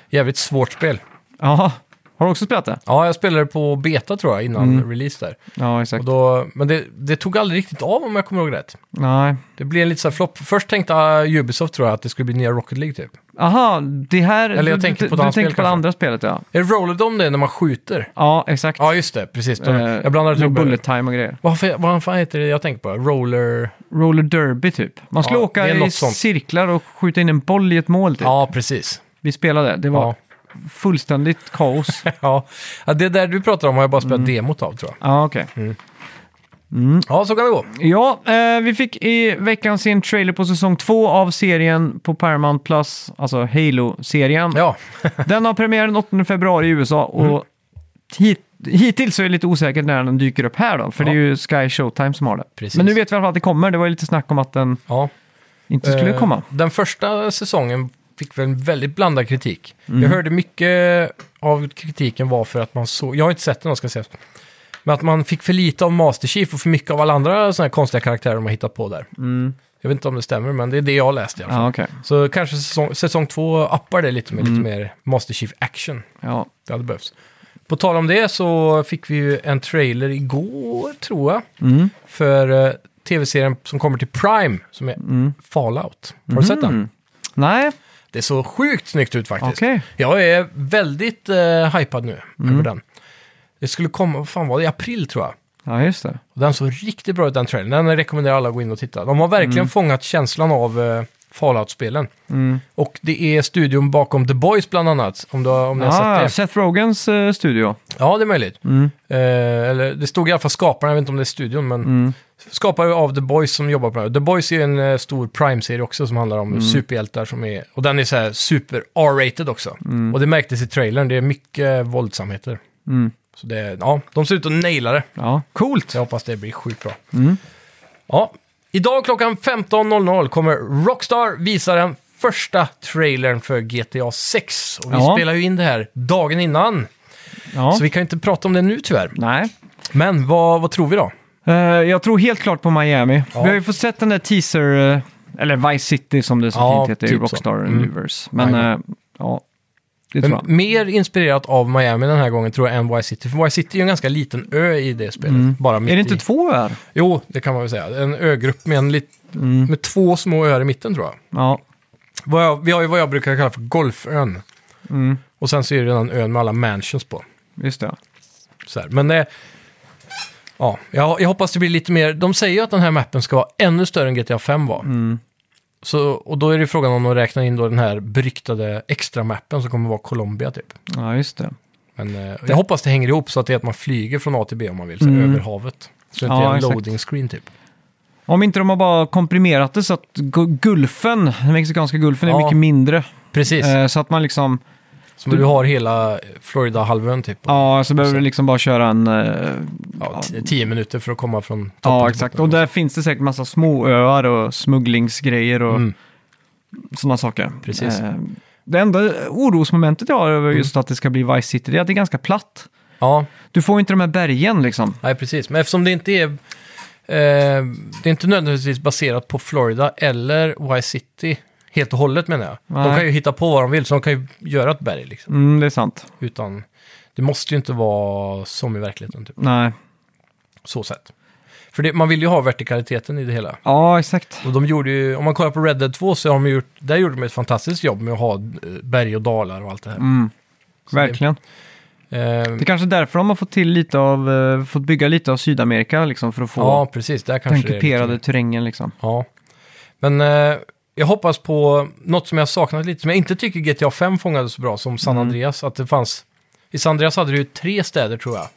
S2: Jävligt svårt spel.
S1: Ja, har du också spelat det?
S2: Ja, jag spelade på beta tror jag innan release där.
S1: Ja,
S2: Och
S1: exakt.
S2: då, men det, det tog aldrig riktigt av om jag kommer ihåg rätt.
S1: Nej.
S2: Det blev en liten så här flopp. Först tänkte jag Ubisoft tror jag att det skulle bli nya Rocket League typ.
S1: Aha, det här...
S2: Eller jag
S1: du-
S2: tänker
S1: du-
S2: på ett
S1: Du
S2: annat
S1: tänker
S2: spel
S1: på det
S2: kanske.
S1: andra spelet, ja.
S2: Är det Rollerdom det när man skjuter?
S1: Ja, exakt.
S2: Ja, just det. Precis. De,
S1: Eh,
S2: jag typ- blandade
S1: med
S2: ihop det.
S1: Bullet time och grejer.
S2: Vad fan- vad fan heter det jag tänker på? Roller...
S1: Roller derby typ. Man skulle
S2: Ja,
S1: åka
S2: det är
S1: i
S2: något sånt.
S1: cirklar och skjuta in en boll i ett mål typ.
S2: Ja, precis.
S1: Vi spelade, det var
S2: Ja.
S1: fullständigt kaos.
S2: Ja. ja, det där du pratar om har jag bara spelat
S1: Mm.
S2: demot av tror jag.
S1: ja, okej.
S2: Mm. Ja, så kan det gå.
S1: Ja, eh, vi fick i veckan se en trailer på säsong två av serien på Paramount Plus, alltså Halo-serien.
S2: Ja,
S1: Den har premiär den 8 februari i USA och
S2: Mm.
S1: hit, hittills så är det lite osäkert när den dyker upp här då, för
S2: Ja.
S1: det är ju Sky Showtime som har det.
S2: Precis.
S1: Men nu vet vi i alla fall att det kommer, det var ju lite snack om att den
S2: ja.
S1: inte skulle
S2: Eh,
S1: komma.
S2: Den första säsongen fick väl en väldigt blandad kritik.
S1: Mm.
S2: Jag hörde mycket av kritiken var för att man såg, jag har inte sett den ska jag säga, men att man fick för lite av Master Chief och för mycket av alla andra sådana här konstiga karaktärer de har hittat på där. Jag vet inte om det stämmer, men det är det jag läste i alla fall.
S1: Mm. Ja, Mm. okej.
S2: Så kanske säsong, säsong två appar det lite med lite mer Master Chief action.
S1: Ja.
S2: Det hade behövts. På tal om det så fick vi ju en trailer igår, tror jag,
S1: Mm.
S2: för eh, tv-serien som kommer till Prime, som är
S1: Mm.
S2: Fallout. Har du sett den?
S1: Nej,
S2: Det såg sjukt snyggt ut faktiskt.
S1: Mm. Okej. Mm.
S2: Jag är väldigt eh, hypad nu över den. Det skulle komma, vad fan var det, i april tror jag.
S1: ja just det.
S2: Och den såg riktigt bra ut den trailern. Den rekommenderar alla att gå in och titta. De har verkligen
S1: Mm.
S2: fångat känslan av eh, Fallout-spelen. Och det är studion bakom The Boys bland annat, om du har, om ni har
S1: Ah,
S2: sett det.
S1: Seth Rogans eh, studio.
S2: Ja, det är möjligt.
S1: Mm.
S2: Eh, eller, det stod i alla fall skaparen, jag vet inte om det är studion, men
S1: Mm.
S2: skapare av The Boys som jobbar på det här. The Boys är ju en eh, stor Prime-serie också som handlar om
S1: Mm.
S2: superhjältar som är, och den är så här super R-rated också.
S1: Mm.
S2: Och det märktes i trailern, det är mycket våldsamheter. Så det, ja, de ser ut att naila det.
S1: Ja, coolt.
S2: Så jag hoppas det blir sjukt bra.
S1: Mm.
S2: Ja, idag klockan 15.00 kommer Rockstar visa den första trailern för GTA 6. Och vi
S1: Ja.
S2: spelar ju in det här dagen innan.
S1: Ja.
S2: Så vi kan ju inte prata om det nu tyvärr.
S1: Nej.
S2: Men vad, vad tror vi då?
S1: Eh, jag tror helt klart på Miami.
S2: Ja.
S1: Vi har ju fått sett den där teaser, eh, eller Vice City som det så
S2: Ja,
S1: fint heter i
S2: typ så.
S1: Rockstar
S2: Mm.
S1: Universe. Men
S2: Jajamän.
S1: eh, ja, det tror
S2: Men
S1: jag.
S2: mer inspirerat av Miami den här gången tror jag än Vice City. För Vice City är ju en ganska liten ö i det spelet. Bara mitt
S1: Mm. Är det inte
S2: i.
S1: två öar?
S2: Jo, det kan man väl säga. En ögrupp med, en lit...
S1: Mm.
S2: med två små öar i mitten tror jag.
S1: Ja,
S2: Vad jag. Vi har ju vad jag brukar kalla för Golfön.
S1: Mm.
S2: Och sen så är det den ön med alla mansions på.
S1: just det.
S2: Så här. Men eh, ja, jag, jag hoppas det blir lite mer. De säger ju att den här mappen ska vara ännu större än GTA 5 var.
S1: Mm.
S2: Så, och då är det frågan om de räknar in då den här beryktade extra mappen som kommer vara Colombia typ.
S1: Ja, just det. Mm.
S2: Men eh, jag hoppas det hänger ihop så att det är att man flyger från A till B om man vill, så över havet. Så det
S1: Ja,
S2: är en
S1: exakt.
S2: loading screen typ.
S1: Om inte de har bara komprimerat det så att gu- gulfen, den mexikanska gulfen, är
S2: Ja.
S1: mycket mindre.
S2: Precis.
S1: Eh, så att man liksom,
S2: Som du har hela Florida-halvön typ.
S1: ja, så behöver du liksom bara köra en... Eh,
S2: Ja, t- tio minuter för att komma från toppen.
S1: ja,
S2: till
S1: exakt.
S2: botten.
S1: Och där finns det säkert massa småöar och smugglingsgrejer och
S2: Mm.
S1: sådana saker.
S2: Precis. Mm.
S1: Eh, det enda orosmomentet jag har över just att det ska bli Vice City, det är att det är ganska platt.
S2: Ja,
S1: Du får inte de här bergen liksom.
S2: nej, precis. Men eftersom det inte är... Eh, det är inte nödvändigtvis baserat på Florida eller Vice City helt och hållet menar jag. De
S1: Nej.
S2: kan ju hitta på vad de vill, så de kan ju göra ett berg liksom.
S1: Mm, det är sant.
S2: Utan, det måste ju inte vara som i verkligheten, typ.
S1: Nej.
S2: så sätt. För det, man vill ju ha vertikaliteten i det hela.
S1: Ja, exakt.
S2: Och de gjorde ju, om man kollar på Red Dead 2 så har de gjort, där gjorde de ett fantastiskt jobb med att ha eh, berg och dalar och allt det här.
S1: Mm.
S2: Så det-
S1: Verkligen. Typ
S2: Eh,
S1: Det är kanske är därför de har fått till lite av, eh, fått bygga lite av Sydamerika liksom för att få
S2: ja, precis. Där
S1: den
S2: kanske det är lite
S1: kuperade
S2: mer.
S1: terrängen liksom.
S2: Ja. Men eh, jag hoppas på något som jag saknat lite, som jag inte tycker GTA 5 fångade så bra som
S1: Mm.
S2: San Andreas. Att det fanns... I San Andreas hade du ju tre städer tror jag,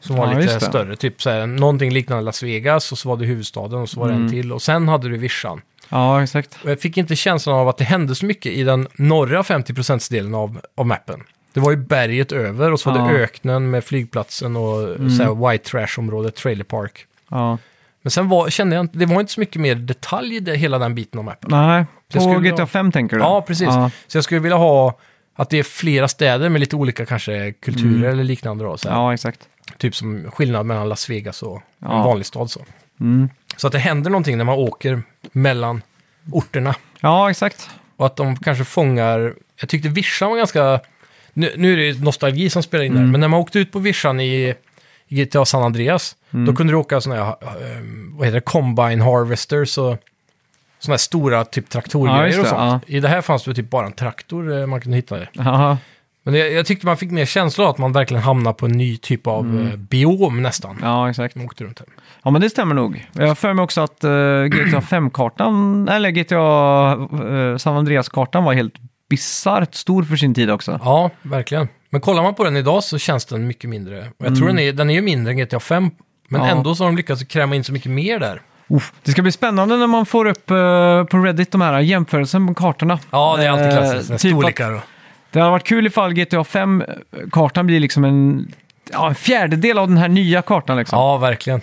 S2: som var
S1: Ja,
S2: lite
S1: just det.
S2: större. Typ så här, någonting liknande Las Vegas och så var det huvudstaden och så var
S1: Mm.
S2: det en till. Och sen hade du vischan.
S1: Ja, exakt.
S2: Och jag fick inte känslan av att det hände så mycket i den norra 50%-delen av, av mappen. Det var ju berget över och så var det
S1: Ja. Mm.
S2: öknen med flygplatsen och så här white trash-området, trailer park.
S1: Ja.
S2: Men sen var, kände jag inte, det var inte så mycket mer detalj i det, hela den biten av mappen.
S1: Nej,
S2: Det skulle
S1: på
S2: jag-
S1: GTA 5 tänker du?
S2: Ja, precis.
S1: Mm. Ja.
S2: Så jag skulle vilja ha att det är flera städer med lite olika kanske kulturer eller liknande. Då, så här.
S1: Mm. ja, exakt.
S2: Typ som skillnad mellan Las Vegas och en
S1: Ja.
S2: vanlig stad. Så.
S1: Mm.
S2: så att det händer någonting när man åker mellan orterna.
S1: Ja, exakt.
S2: Och att de kanske fångar... Jag tyckte vischan var ganska... Nu, nu är det ju nostalgi som spelar in
S1: Mm.
S2: där, men när man åkte ut på vischan i i GTA San Andreas,
S1: Mm.
S2: då kunde du åka sådana här, eh, vad heter det, combine harvesters och sådana här stora typ
S1: Ja,
S2: traktorgrejer
S1: just
S2: och
S1: det,
S2: sånt. I det här fanns det typ bara en traktor eh, man kunde hitta. Det.
S1: Ja,
S2: Men jag, jag tyckte man fick mer känsla av att man verkligen hamnar på en ny typ av
S1: Mm.
S2: eh, biom nästan.
S1: ja exakt.
S2: Man åkte runt här.
S1: Ja, men det stämmer nog. Jag har för mig också att eh, GTA 5-kartan, eller GTA eh, San Andreas-kartan var helt bisarrt stor för sin tid också.
S2: Ja, verkligen. Men kollar man på den idag så känns den mycket mindre. Och jag tror den är, den är ju mindre än GTA 5, men
S1: Mm. Ja.
S2: ändå så har de lyckats kräma in så mycket mer där.
S1: Uff, det ska bli spännande när man får upp eh, på Reddit de här jämförelsen med kartorna.
S2: Ja, det är alltid
S1: Eh,
S2: klassiskt. Eh,
S1: typ att-
S2: storlekar och...
S1: Det hade varit kul ifall GTA 5-kartan eh, blir liksom en, ja, en fjärdedel av den här nya kartan. Liksom.
S2: Ja, verkligen.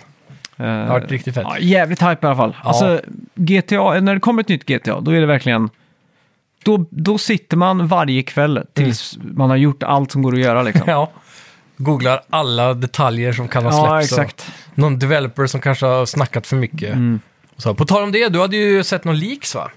S1: Ja,
S2: Det har varit riktigt fett.
S1: Eh, ja, jävligt hype i alla fall.
S2: Ja.
S1: Alltså, GTA, eh, när det kommer ett nytt GTA, då är det verkligen... Då, då sitter man varje kväll tills
S2: Mm.
S1: man har gjort allt som går att göra. Liksom.
S2: Ja. Googlar alla detaljer som kan ha släppts.
S1: ja,
S2: och
S1: exakt. Mm.
S2: Någon developer som kanske har snackat för mycket. Och så, på tal om det, du hade ju sett någon leaks va?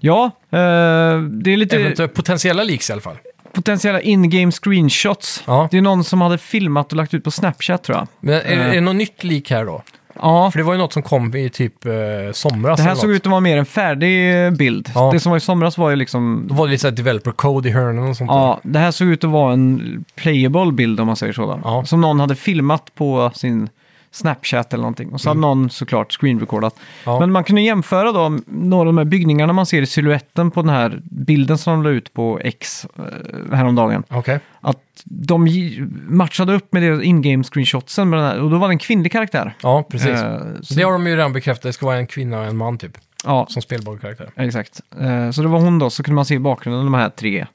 S1: Ja, eh, det är lite
S2: Eventuellt potentiella leaks i alla fall.
S1: potentiella in-game screenshots.
S2: Ja.
S1: Det är någon som hade filmat och lagt ut på Snapchat tror jag.
S2: Men är,
S1: Eh.
S2: är det något nytt leak här då?
S1: Ja,
S2: För det var ju något som kom i typ eh, somras.
S1: det här
S2: eller
S1: såg
S2: något.
S1: ut att vara mer en färdig eh, bild.
S2: Ja.
S1: Det som var i somras var ju liksom...
S2: Då var det lite såhär developer code i hörnen och sånt.
S1: Ja, det här såg ut att vara en playable bild om man säger så. Då.
S2: Ja.
S1: Som någon hade filmat på sin Snapchat eller någonting. Och så hade någon såklart screenrecordat.
S2: Mm. Ja.
S1: Men man kunde jämföra då några av de här byggningarna man ser i siluetten på den här bilden som de la ut på X eh, häromdagen.
S2: Okej.
S1: Att de gi- matchade upp med deras in-game screenshotsen med den här, och då var det en kvinnlig karaktär.
S2: Ja, precis.
S1: Eh,
S2: Så
S1: så,
S2: det har de ju redan bekräftat, det ska vara en kvinna och en man typ,
S1: ja,
S2: som spelbar karaktär.
S1: exakt. Eh, så det var hon då, så kunde man se i bakgrunden de här tre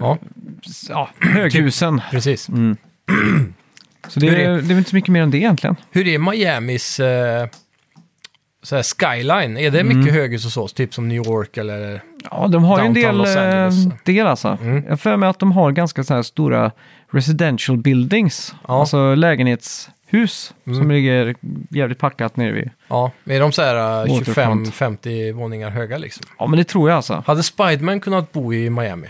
S2: Ja,
S1: Eh. ja, höghusen.
S2: precis.
S1: Så det,
S2: Hur
S1: är-
S2: är-
S1: det är väl inte så mycket mer än det egentligen.
S2: Hur är Miamis eh, så här skyline? Är det
S1: Mm.
S2: mycket höghus och så, typ som New York eller?
S1: Ja, de har ju en
S2: Downtown
S1: del,
S2: Los Angeles. Mm.
S1: eh, del alltså. Jag har för mig att de har ganska så här stora residential buildings,
S2: Ja. Mm.
S1: alltså lägenhetshus som ligger jävligt packat nere vid.
S2: Ja, är de så här eh,
S1: Waterfront.
S2: 25-50 våningar höga liksom?
S1: Ja, men det tror jag alltså.
S2: Hade Spiderman kunnat bo i Miami?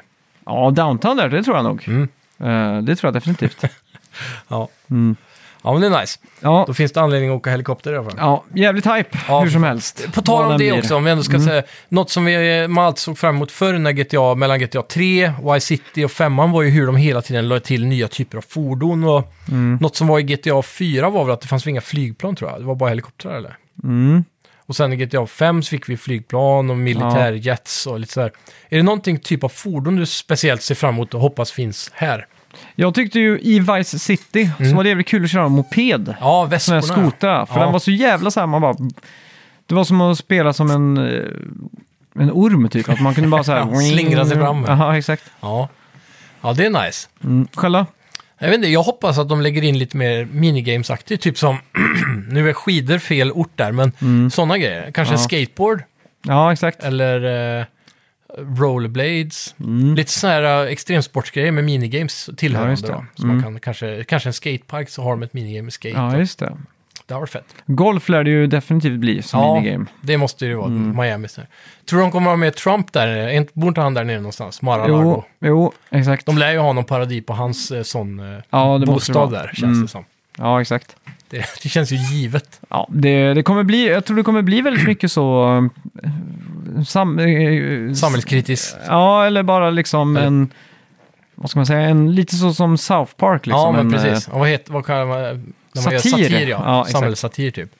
S1: Ja, downtown där, det tror jag nog.
S2: Mm.
S1: Eh, det tror jag definitivt.
S2: Ja.
S1: Mm.
S2: Ja, men det är nice.
S1: Ja,
S2: Då finns det anledning att åka helikopter i alla fall.
S1: ja jävligt hype
S2: Ja,
S1: hur som helst.
S2: På
S1: Vad
S2: tal om
S1: den
S2: det
S1: blir.
S2: också, om vi ändå ska
S1: Mm.
S2: säga, något som vi, man alltid såg fram emot förr när GTA, mellan GTA 3, Y City och 5 var ju hur de hela tiden lade till nya typer av fordon. Och
S1: Mm.
S2: Något som var i GTA 4 var väl att det fanns inga flygplan tror jag, det var bara helikoptrar eller?
S1: Mm.
S2: Och sen i GTA 5 så fick vi flygplan och militärjets och lite sådär. Är det någonting typ av fordon du speciellt ser fram emot och hoppas finns här?
S1: Jag tyckte ju i Vice City
S2: Mm.
S1: så var det jävligt kul att köra en moped.
S2: Ja,
S1: sån här
S2: väskorna.
S1: skota. För
S2: Ja.
S1: den var så jävla så här, man bara... Det var som att spela som en, eh, en orm typ. Att man kunde bara så här...
S2: Slingra sig fram.
S1: Ja, exakt.
S2: Ja. ja, det är nice.
S1: Mm. Själva?
S2: Jag, vet inte, jag hoppas att de lägger in lite mer minigames-aktigt, typ som, nu är skidor fel ort där, men sådana grejer. Kanske
S1: Mm. Ja.
S2: skateboard
S1: Ja, exakt.
S2: eller eh, rollerblades. Lite sådana här eh, extremsportsgrejer med minigames
S1: Mm. Ja,
S2: tillhörande.
S1: just det. Mm.
S2: då. Så man kan, kanske, kanske en skatepark så har de ett minigame med skate.
S1: Ja, just det.
S2: Det har varit fett.
S1: Golf lär det ju definitivt bli som minigame. Mm.
S2: det måste ju vara Miami. så här. Tror du de kommer ha med Trump där? Är inte- Bor inte han där nere någonstans? Mar-a-Lago.
S1: Jo, jo, exakt.
S2: De lär ju ha någon paradi på hans eh, sån eh,
S1: Ja, det måste det
S2: bostad
S1: vara.
S2: där, känns
S1: Mm.
S2: det som.
S1: Ja, exakt.
S2: Det, det känns ju givet.
S1: Ja, det, det kommer bli, jag tror det kommer bli väldigt mycket så... eh, Sam, eh,
S2: Samhällskritiskt.
S1: Ja, eller bara liksom
S2: Eller-
S1: en... Vad ska man säga? En, lite så som South Park. Liksom,
S2: ja, men
S1: en, eh,
S2: precis. Och vad, heter, vad kallar man när man
S1: Satir.
S2: Gör satir ja.
S1: Ja, exakt.
S2: Samhällssatir typ.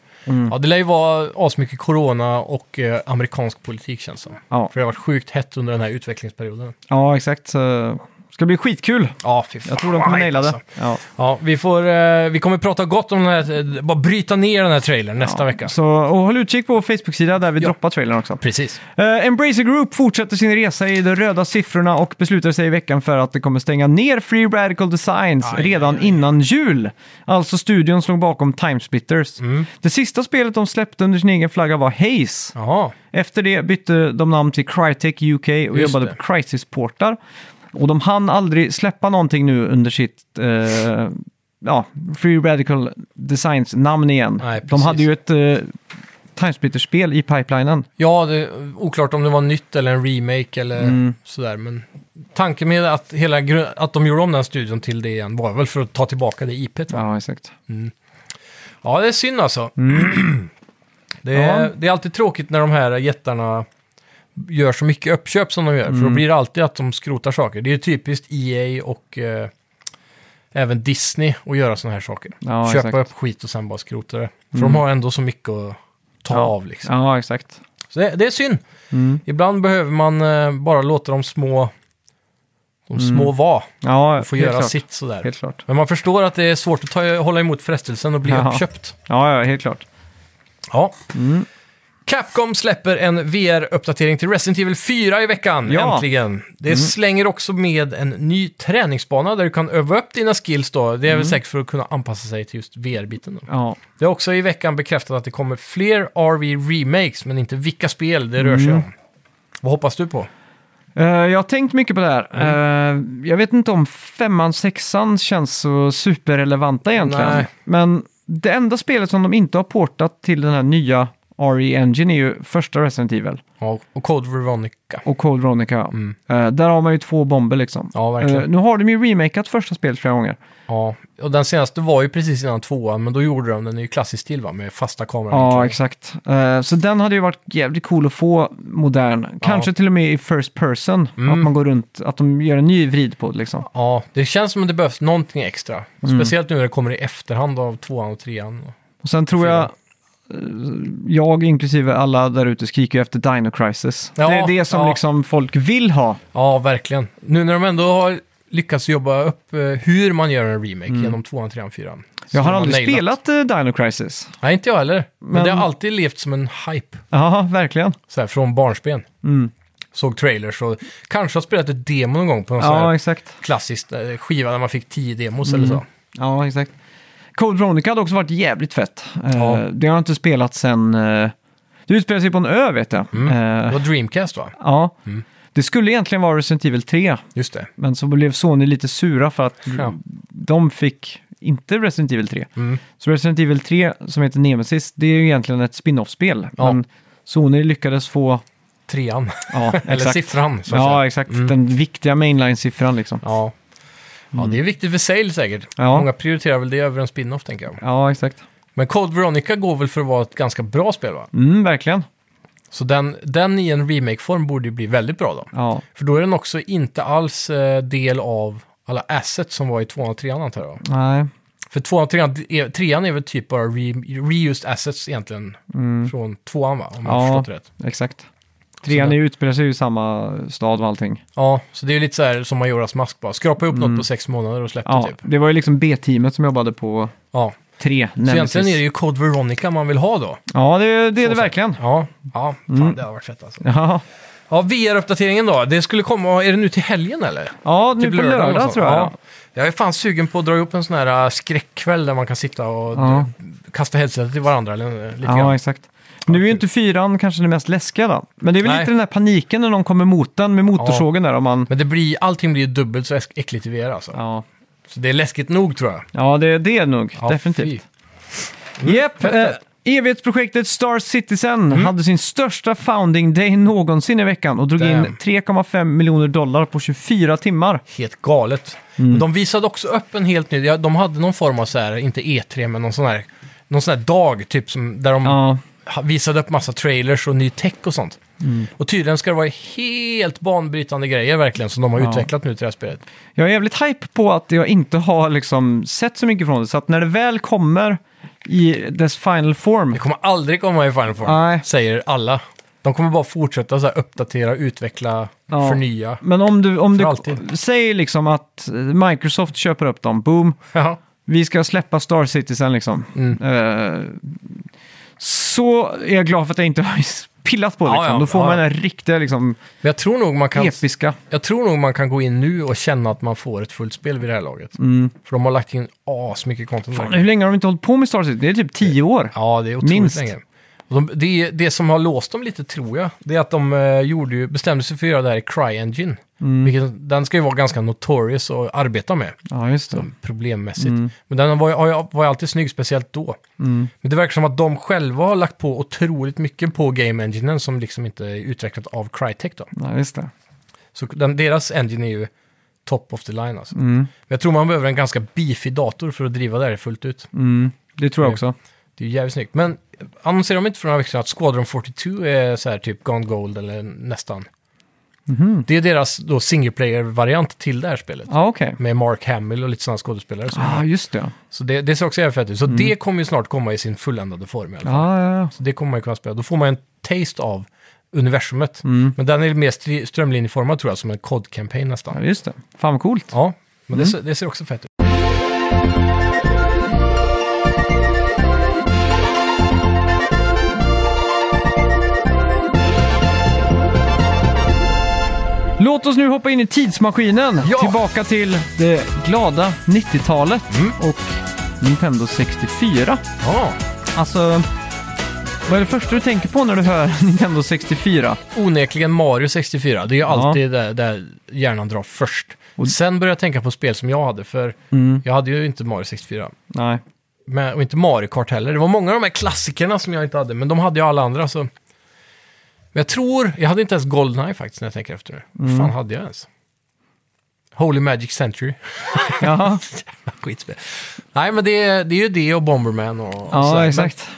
S2: Ja, det lär ju vara asmycket corona och eh, amerikansk politik känns som.
S1: Ja.
S2: För det har varit sjukt hett under den här utvecklingsperioden.
S1: Ja, exakt. Så, ska bli skitkul.
S2: Ja, fy fan.
S1: Jag tror de kommer
S2: vad
S1: naila det.
S2: alltså.
S1: Ja.
S2: Ja, vi, får, eh, vi kommer prata gott om den här, eh, bara bryta ner den här trailern nästa
S1: Ja,
S2: vecka.
S1: Så, och håll utkik på vår Facebook-sida där vi
S2: Ja.
S1: droppar trailern också.
S2: Precis.
S1: Eh, Embracer Group fortsätter sin resa i de röda siffrorna och beslutar sig i veckan för att det kommer stänga ner Free Radical Designs
S2: Aj,
S1: redan
S2: aj, aj.
S1: innan jul. Alltså studion slog bakom Timesplitters.
S2: Mm.
S1: Det sista spelet de släppte under sin egen flagga var Haze.
S2: Jaha,
S1: Efter det bytte de namn till Crytek UK och jobbade
S2: det.
S1: på Crisis-portar. Och de hann aldrig släppa någonting nu under sitt eh, ja, Free Radical Designs-namn igen.
S2: Nej,
S1: de
S2: precis.
S1: hade ju ett eh, Timesplitter-spel i pipelinen.
S2: ja det är oklart om det var nytt eller en remake eller sådär. Men tanken med att, hela, gru- att de gjorde om den här studion till det igen var väl för att ta tillbaka det IPet. Va?
S1: Ja, exakt.
S2: Ja, det är synd alltså. Det, är,
S1: Mm. Ja.
S2: det är alltid tråkigt när de här jättarna gör så mycket uppköp som de gör.
S1: Mm.
S2: För då blir det alltid att de skrotar saker. Det är ju typiskt EA och eh, även Disney att göra sådana här saker.
S1: Ja,
S2: Köpa
S1: exakt. Mm.
S2: upp skit och sen bara skrota det. För de har ändå så mycket att ta
S1: Ja. Mm.
S2: av liksom.
S1: Ja, exakt.
S2: Så det, det är synd. Ibland behöver man eh, bara låta de små, de små vara
S1: Ja,
S2: och få
S1: Mm. helt
S2: göra
S1: klart.
S2: sitt sådär.
S1: Helt klart.
S2: Men man förstår att det är svårt att ta, hålla emot frestelsen och bli
S1: Ja.
S2: uppköpt.
S1: Ja, ja, helt klart.
S2: Ja.
S1: Mm.
S2: Capcom släpper en VR-uppdatering till Resident Evil 4 i veckan,
S1: Ja. Mm.
S2: äntligen. Det slänger också med en ny träningsbana där du kan öva upp dina skills då. Det är
S1: Mm.
S2: väl säkert för att kunna anpassa sig till just VR-biten. då.
S1: Ja,
S2: Det är också i veckan bekräftat att det kommer fler RV-remakes, men inte vilka spel det rör sig
S1: Mm.
S2: om. Vad hoppas du på?
S1: Eh, jag har tänkt mycket på det här.
S2: Mm.
S1: Eh, jag vet inte om femman, sexan känns så superrelevanta egentligen.
S2: Nej.
S1: Men det enda spelet som de inte har portat till den här nya RE Engine är ju första Resident Evil
S2: Ja, och Code Veronica.
S1: och Cold Veronica. Eh, där har man ju två bomber liksom.
S2: Mm. Ja, verkligen.
S1: Eh, nu har de ju remakat första spelet flera gånger.
S2: Ja, och den senaste var ju precis innan tvåan, men då gjorde de den ju klassiskt till va, med fasta kameran.
S1: Ja, exakt. Eh, så den hade ju varit jävligt cool att få modern. Kanske till och med i first person.
S2: Mm.
S1: Att man går runt, att de gör en ny vrid på det liksom.
S2: Ja, det känns som att det behövs någonting extra.
S1: Mm.
S2: Speciellt nu när det kommer i efterhand av tvåan och trean.
S1: Och sen tror jag, eh, jag inklusive alla där ute skriker ju efter Dino Crisis.
S2: Ja,
S1: det är det som
S2: ja.
S1: liksom folk vill ha.
S2: Ja, verkligen. Nu när de ändå har lyckats jobba upp eh, hur man gör en remake genom tvåan, trean, fyran. Så
S1: Mm. Jag har
S2: de
S1: aldrig
S2: nailat.
S1: spelat eh, Dino Crisis.
S2: Nej, inte jag heller. Men,
S1: Men-
S2: det har alltid levt som en hype,
S1: Ja, verkligen.
S2: så här från barnsben.
S1: Mm.
S2: Såg trailers och kanske har spelat ett demo någon gång på någon sån
S1: Ja,
S2: här
S1: exakt.
S2: klassisk eh, skiva där man fick tio demos eller
S1: Mm.
S2: så.
S1: Ja, exakt. Code Veronica hade också varit jävligt fett. Eh,
S2: Ja.
S1: Det har jag inte spelat sen... eh, Det utspelar sig på en ö, vet jag.
S2: Det
S1: Eh,
S2: var Dreamcast va?
S1: ja.
S2: Mm.
S1: Det skulle egentligen vara Resident Evil 3,
S2: Just det.
S1: men så blev Sony lite sura för att
S2: Ja.
S1: de fick inte Resident Evil 3.
S2: Mm.
S1: Så Resident Evil 3 som heter Nemesis, det är ju egentligen ett spin-off-spel.
S2: Ja.
S1: Men Sony lyckades få...
S2: Trean,
S1: Ja,
S2: eller
S1: exakt.
S2: siffran. Så att säga. Mm.
S1: Ja, exakt. Den viktiga mainline-siffran liksom.
S2: Ja. ja, det är viktigt för sale säkert.
S1: Mm. Ja.
S2: Många prioriterar väl det över en spin-off tänker jag.
S1: Ja, exakt.
S2: Men Code Veronica går väl för att vara ett ganska bra spel va?
S1: Mm, verkligen.
S2: Så den, den i en remake-form borde ju bli väldigt bra då.
S1: Ja,
S2: För då är den också inte alls eh, del av alla assets som var i 2 och 3 antar jag.
S1: nej.
S2: För 2 och 3 är, trean är väl typ bara re, reused assets egentligen från 2 va? Om jag har
S1: Mm. Ja.
S2: förstått rätt.
S1: Exakt. Trean
S2: det-
S1: är ju- utspelar sig ju i samma stad och allting.
S2: Ja, så det är ju lite så här som Majoras mask bara. Skrapa ihop något på sex månader och släpp
S1: Mm. Ja,
S2: det typ.
S1: det var ju liksom B-teamet som jobbade på...
S2: Ja.
S1: Tre,
S2: Så
S1: Nemesis.
S2: egentligen är det ju Code Veronica man vill ha då.
S1: Ja, det, är- det är det verkligen. Mm.
S2: Ja, ja fan, det har varit fett alltså.
S1: Ja,
S2: Ja, VR-uppdateringen då. Det skulle komma, är det nu till helgen eller?
S1: ja nu
S2: Typ
S1: på
S2: lördagen och
S1: lördag
S2: sånt.
S1: tror jag.
S2: Ja. Jag är fan sugen på att dra ihop en sån här äh, skräckkväll där man kan sitta och
S1: Ja.
S2: d- kasta headsetet till varandra. Eller, äh, lite
S1: Ja,
S2: grann.
S1: exakt. Nu är ju inte fyran kanske det mest läskiga då. Men det är väl
S2: Nej.
S1: lite den där paniken när någon kommer mot den med motorsågen där om man...
S2: Men det blir, allting blir ju dubbelt så äsk- äckligt i VR alltså.
S1: Ja,
S2: Så det är läskigt nog tror jag.
S1: ja det, det är det nog.
S2: Ja,
S1: definitivt.
S2: fy. Mm.
S1: Japp,
S2: fett,
S1: eh,
S2: fett. Mm.
S1: evighetsprojektet Star Citizen hade sin största founding day någonsin i veckan och drog in
S2: Damn.
S1: 3,5 miljoner dollar på 24 timmar.
S2: Helt galet.
S1: Mm.
S2: De visade också upp en helt ny, ja, de hade någon form av så här, inte E3, men någon sån här, någon sån här dag typ som, där de
S1: Ja,
S2: ha- visade upp massa trailers och ny tech och sånt.
S1: Mm.
S2: Och tydligen ska det vara helt banbrytande grejer verkligen som de har
S1: Ja.
S2: utvecklat nu till det här spelet.
S1: jag är jävligt hype på att jag inte har liksom sett så mycket från det, så att när det väl kommer i dess final form,
S2: Det kommer aldrig komma i Final Form,
S1: Nej.
S2: säger alla. De kommer bara fortsätta så här, uppdatera, utveckla,
S1: Ja.
S2: förnya.
S1: men om du, om
S2: För
S1: du
S2: alltid.
S1: säger liksom att eh, Microsoft köper upp dem, boom,
S2: Ja.
S1: vi ska släppa Star Citizen liksom.
S2: Mm.
S1: Eh, så är jag glad för att jag inte har pillat på det.
S2: Ja,
S1: Liksom.
S2: ja,
S1: Då får
S2: ja,
S1: man
S2: ja.
S1: den här riktiga liksom,
S2: Men jag tror, nog man kan,
S1: episka.
S2: jag tror nog man kan gå in nu och känna att man får ett fullt spel vid det här laget.
S1: Mm.
S2: För de har lagt in asmycket content.
S1: Fan, hur länge har de inte hållit på med Star Citizen? Det är typ tio år.
S2: Ja, det är otroligt
S1: Minst.
S2: länge. Och de, det, det som har låst dem lite, tror jag, det är att de eh, gjorde ju, bestämde sig för att göra det här i CryEngine. Vilket, den ska ju vara ganska notorious att arbeta med,
S1: Ja, just det.
S2: problemmässigt. Men den var ju, har ju- var ju alltid snygg, speciellt då. Men det verkar som att de själva har lagt på otroligt mycket på Game Enginen som liksom inte är utvecklat av Crytek då.
S1: Ja, just det.
S2: Så den, deras engine är ju top of the line alltså. Men jag tror man behöver en ganska beefy dator för att driva det här fullt ut.
S1: Mm, det tror jag också.
S2: Det är ju jävligt snyggt. Men annonserade de inte för några veckor sedan att Squadron 42 är så här typ Gone Gold eller nästan?
S1: Mhm.
S2: Det är deras då single player-variant till det här spelet.
S1: Ja, okej.
S2: Med Mark Hamill och lite sådana skådespelare. Så,
S1: Ja, just det.
S2: så det, det ser också jävligt fett ut. Så det kommer ju snart komma i sin fulländade form. I alla fall.
S1: Ja, ja, Mm. ja.
S2: Så det kommer man ju kunna spela. Då får man en taste av universumet.
S1: Mm.
S2: Men den är mer stri- strömlinjeformad tror jag, som en COD-campaign nästan.
S1: ja Mm. just det. Fan vad coolt.
S2: Ja, men det, ser, det ser också fett ut.
S1: Låt oss nu hoppa in i tidsmaskinen.
S2: Ja!
S1: Tillbaka till det glada 90-talet
S2: Mm.
S1: och Nintendo 64.
S2: Ja,
S1: Alltså, vad är det första du tänker på när du hör Nintendo 64?
S2: onekligen Mario 64. Det är ju alltid där, där hjärnan drar först. Sen började jag tänka på spel som jag hade, för
S1: Mm.
S2: jag hade ju inte Mario 64.
S1: Nej.
S2: Men, och inte Mario Kart heller. Det var många av de här klassikerna som jag inte hade, men de hade ju alla andra. Så. Men jag tror, jag hade inte ens Goldeneye faktiskt när jag tänker efter nu.
S1: Mm.
S2: Vad fan hade jag ens? Holy Magic Century.
S1: Jaha.
S2: Skitspel. Nej, men det, är- det är ju det och Bomberman och, och
S1: Ja,
S2: sådär. Men
S1: exakt.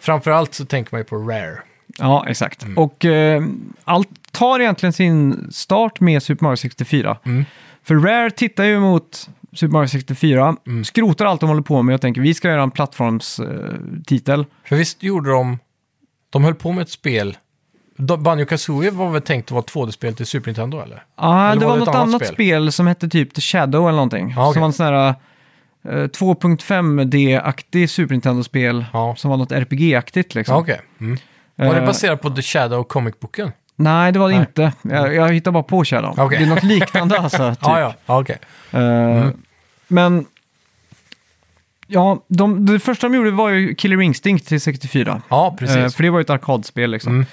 S2: Framförallt så tänker man ju på Rare.
S1: Ja, exakt.
S2: Mm.
S1: Och eh, allt tar egentligen sin start med Super Mario 64.
S2: Mm.
S1: För Rare tittar ju mot Super Mario 64,
S2: Mm.
S1: skrotar allt de håller på med och tänker vi ska göra en eh, plattformstitel.
S2: För visst gjorde de... De höll på med ett spel. Banjo Kazooie var väl tänkt att vara ett 2D-spel till Super Nintendo eller?
S1: Ja,
S2: Eller
S1: det
S2: var
S1: var
S2: det ett
S1: något
S2: annat
S1: annat
S2: spel?
S1: spel? som hette typ The Shadow eller någonting.
S2: Ja, okej.
S1: Som var en sån här eh, 2.5D-aktig Super Nintendo-spel
S2: Ja.
S1: som var något RPG-aktigt liksom.
S2: Ja, okej. Mm. Var det
S1: Eh, Typ.
S2: baserat på The Shadow Comic-boken?
S1: Nej, det var det
S2: Nej. Mm.
S1: inte. Jag, jag hittar bara på Shadow.
S2: Okej.
S1: Det är något liknande alltså. Typ.
S2: Ja, ja. ja Mm. okej.
S1: Eh, Men, ja, de, det första de gjorde var ju Killer Instinct till 64.
S2: Ja,
S1: Eh,
S2: precis.
S1: För det var ju ett arkadspel liksom.
S2: Mm.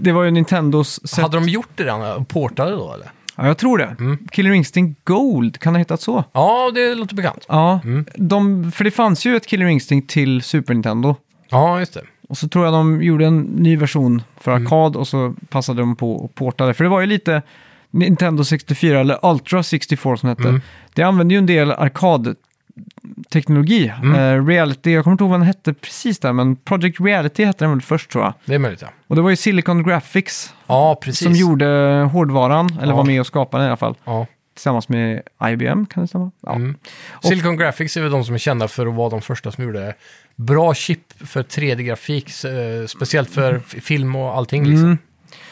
S1: Det var ju Nintendos sätt...
S2: Hade de gjort det redan? eh, Portade då eller?
S1: Ja, jag tror det.
S2: Mm.
S1: Killer Instinct Gold, kan det ha hetat så?
S2: Ja, det låter bekant.
S1: Ja,
S2: Mm.
S1: de, för det fanns ju ett Killer Instinct till Super Nintendo.
S2: Ja, just det.
S1: Och så tror jag de gjorde en ny version för
S2: Mm.
S1: arkad och så passade de på och portade. För det var ju lite Nintendo 64 eller Ultra 64 som det hette.
S2: Mm.
S1: Det använde ju en del arkadteknologi.
S2: Mm.
S1: Eh, reality, jag kommer inte ihåg vad den hette precis där, men Project Reality hette den väl först tror jag.
S2: Det är möjligt ja.
S1: Och det var ju Silicon Graphics
S2: Ja, precis.
S1: som gjorde hårdvaran, eller
S2: Ja.
S1: var med och skapade den i alla fall.
S2: Ja.
S1: Tillsammans med IBM, kan det stämma? Ja.
S2: Mm. Silicon Graphics är väl de som är kända för att vara de första som gjorde bra chip för 3D-grafik, eh, speciellt för f- film och allting liksom.
S1: Mm.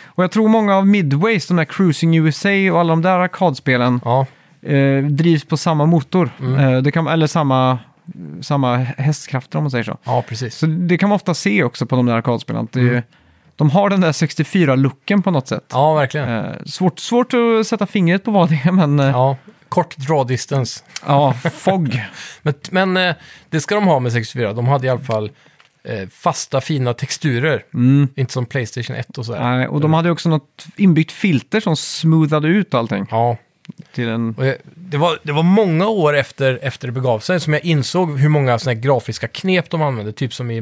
S1: Och jag tror många av Midways, de där Cruising USA och alla de där arkadspelen
S2: Ja, Mm.
S1: eh, drivs på samma motor. Eh, det kan, eller samma samma hästkrafter om man säger så.
S2: Ja, precis.
S1: Så det kan man ofta se också på de där arkadspelarna. att det är
S2: Mm.
S1: ju- De har den där 64-looken på något sätt.
S2: Ja, verkligen.
S1: Eh, svårt, svårt att sätta fingret på vad det är, men eh,
S2: Ja, kort draw distance.
S1: ja, FOG.
S2: Men, men eh, det ska de ha med 64. De hade i alla fall eh, fasta fina texturer. Inte som Playstation 1 och sådär.
S1: Mm. Nej, och de hade ju också något inbyggt filter som smoothade ut allting.
S2: Ja,
S1: Till en...
S2: och jag, det, var, det var många år efter, efter det begav sig som jag insåg hur många sådana här grafiska knep de använde. Typ som i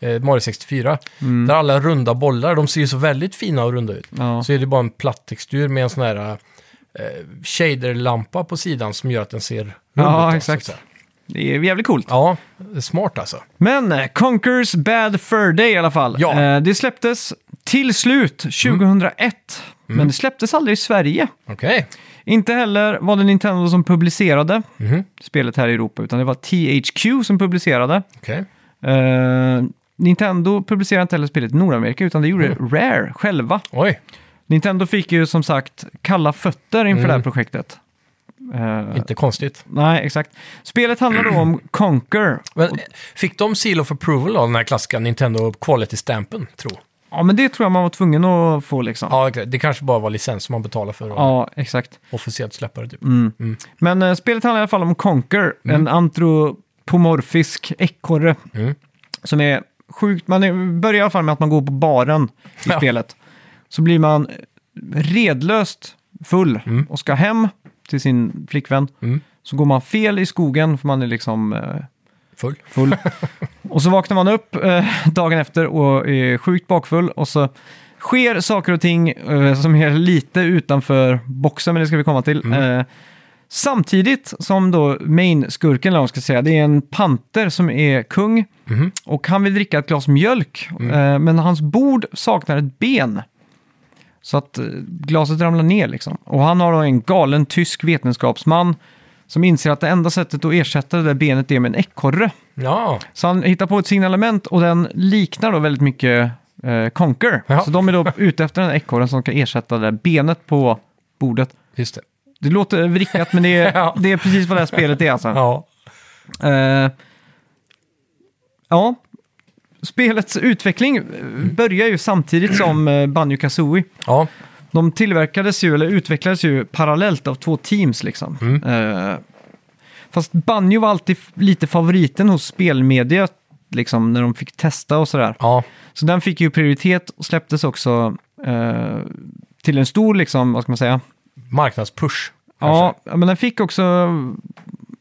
S2: eh, Mario 64. Där alla runda bollar, de ser ju så väldigt fina och runda ut.
S1: Mm. Ja.
S2: Så är det bara en platt textur med en sån här eh, shaderlampa på sidan som gör att den ser rund ut.
S1: Ja,
S2: då, så
S1: exakt.
S2: att säga.
S1: Det är jävligt coolt.
S2: Ja, det är smart alltså.
S1: Men eh, Conquers Bad Fur Day i alla fall.
S2: Ja.
S1: Eh, det släpptes till slut 2001.
S2: Mm.
S1: Men det släpptes aldrig i Sverige.
S2: Okej.
S1: Inte heller var det Nintendo som publicerade
S2: Mhm.
S1: spelet här i Europa, utan det var THQ som publicerade.
S2: Okej.
S1: Eh, Nintendo publicerade inte heller spelet i Nordamerika, utan det gjorde
S2: Mm.
S1: Rare själva.
S2: Oj,
S1: Nintendo fick ju som sagt kalla fötter inför
S2: Mm.
S1: det här projektet. Eh,
S2: inte konstigt.
S1: nej, exakt. Spelet handlar då om Conquer.
S2: Men eh, fick de seal of approval av den här klassiska Nintendo Quality-stampen, tro?
S1: Ja, men det tror jag man var tvungen att få liksom.
S2: Ja, det kanske bara var licens som man betalade för och
S1: Ja, exakt.
S2: officiellt släppa det typ.
S1: Men eh, spelet handlar i alla fall om Conquer, en antropomorfisk ekorre.
S2: Mm.
S1: Som är sjukt, man är, börjar i alla fall med att man går på baren i
S2: Ja.
S1: spelet. Så blir man redlöst full och ska hem till sin flickvän.
S2: Mm.
S1: Så går man fel i skogen för man är liksom eh,
S2: Full.
S1: full. och så vaknar man upp eh, dagen efter och är sjukt bakfull. Och så sker saker och ting eh, som är lite utanför boxen, men det ska vi komma till. Eh, samtidigt som då main-skurken, eller vad man ska säga, det är en panter som är kung.
S2: Mhm.
S1: Och han vill dricka ett glas mjölk, eh, men hans bord saknar ett ben. Så att eh, glaset ramlar ner liksom. Och han har då en galen tysk vetenskapsman som inser att det enda sättet att ersätta det där benet är med en ekorre.
S2: Ja,
S1: Så han hittar på ett signalement och den liknar då väldigt mycket eh, Conker.
S2: Ja.
S1: Så de är då ute efter den här ekorren som ska ersätta det där benet på bordet.
S2: just det.
S1: Det låter vrickat men det är,
S2: Ja.
S1: det är precis vad det här spelet är alltså.
S2: Ja,
S1: Eh, ja. Spelets utveckling eh, börjar ju samtidigt som eh, Banjo Kazooie.
S2: ja.
S1: De tillverkades ju, eller utvecklades ju parallellt av två teams liksom. Eh, fast Banjo var alltid f- lite favoriten hos spelmediet, liksom när de fick testa och sådär.
S2: ja.
S1: Så den fick ju prioritet och släpptes också eh, till en stor, liksom, vad ska man säga?
S2: marknadspush.
S1: Ja, men den fick också,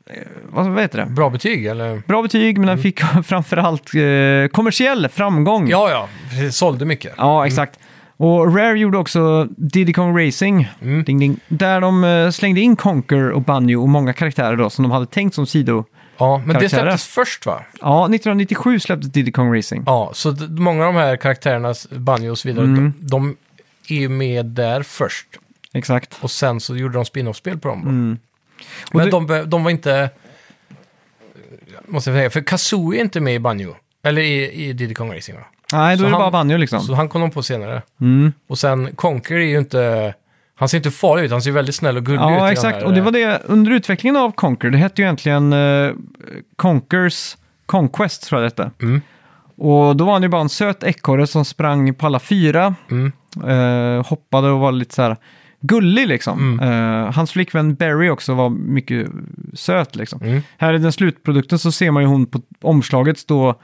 S1: eh, vad vad heter det?
S2: Bra betyg eller?
S1: Bra betyg, men den fick framförallt eh, kommersiell framgång.
S2: Ja, ja, precis. Sålde mycket.
S1: Ja, exakt. Och Rare gjorde också Diddy Kong Racing,
S2: Mm.
S1: ding, ding, där de eh, slängde in Conker och Banjo och många karaktärer då som de hade tänkt som sido.
S2: Ja, men det
S1: Karaktärer.
S2: släpptes först va?
S1: Ja, 1997 släpptes Diddy Kong Racing.
S2: Ja, så d- många av de här karaktärerna, Banjo och så vidare, de, de är ju med där först.
S1: Exakt.
S2: Och sen så gjorde de spin-off-spel på dem. va?
S1: Mm. Och
S2: Men
S1: det-
S2: de, be- de var inte... Måste jag säga, för Kazooie är inte med i Banjo. Eller i, i Diddy Kong Racing va?
S1: Nej, då
S2: Så
S1: är det
S2: han-
S1: bara Banjo liksom. Mm.
S2: Så han kom de på senare. Och sen Conker är ju inte... Han ser inte farlig ut, han ser väldigt snäll och gullig ut. i den
S1: Ja, exakt.
S2: här,
S1: Och det
S2: eh,
S1: var det under utvecklingen av Conquer. Det hette ju egentligen eh, Conquers Conquest, tror jag det hette.
S2: Mm.
S1: Och då var han ju bara en söt ekorre som sprang på alla fyra.
S2: Mm.
S1: Eh, hoppade och var lite så här gullig liksom.
S2: Mm.
S1: Eh, hans flickvän Barry också var mycket söt liksom.
S2: Mm.
S1: Här i den slutprodukten så ser man ju hon på omslaget stå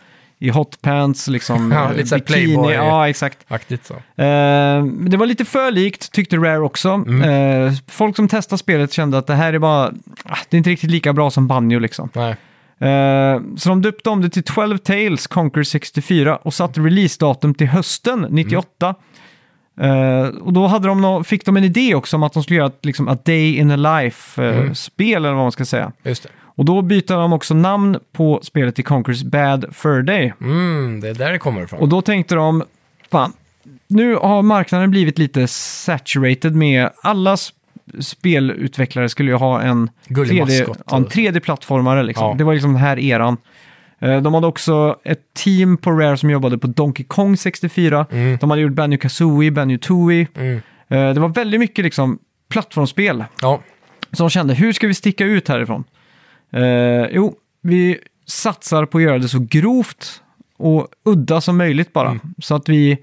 S1: i hot pants, liksom
S2: Ja,
S1: eh,
S2: lite så här
S1: bikini.
S2: playboy.
S1: Ja, exakt.
S2: Aktigt så.
S1: Eh, det var lite för likt tyckte Rare också. Eh, folk som testade spelet kände att det här är bara, ah, det är inte riktigt lika bra som Banjo liksom.
S2: Nej.
S1: Eh, så de döpte om det till 12 Tales Conquer 64 och satte releasedatum till hösten 98. Eh, och då hade de nå- fick de en idé också om att de skulle göra ett liksom, a day in a life-spel eller vad man ska säga.
S2: Just det.
S1: Och då byter de också namn på spelet till Conquers Bad Fur Day.
S2: Mm, det är där det kommer ifrån.
S1: Och då tänkte de, fan, nu har marknaden blivit lite saturated med alla sp- spelutvecklare skulle ju ha en
S2: Gullig
S1: 3D,
S2: maskott
S1: ja, en
S2: och-
S1: 3D-plattformare. Liksom.
S2: Ja.
S1: Det var liksom den här eran. Eh, De hade också ett team på Rare som jobbade på Donkey Kong 64.
S2: Mm.
S1: De hade gjort Banjo Kazooie, Banjo Tooie.
S2: Mm.
S1: Eh, Det var väldigt mycket liksom, plattformsspel
S2: Ja,
S1: som kände, hur ska vi sticka ut härifrån? Eh, jo, vi vi satsar på att göra det så grovt och udda som möjligt bara. Så att vi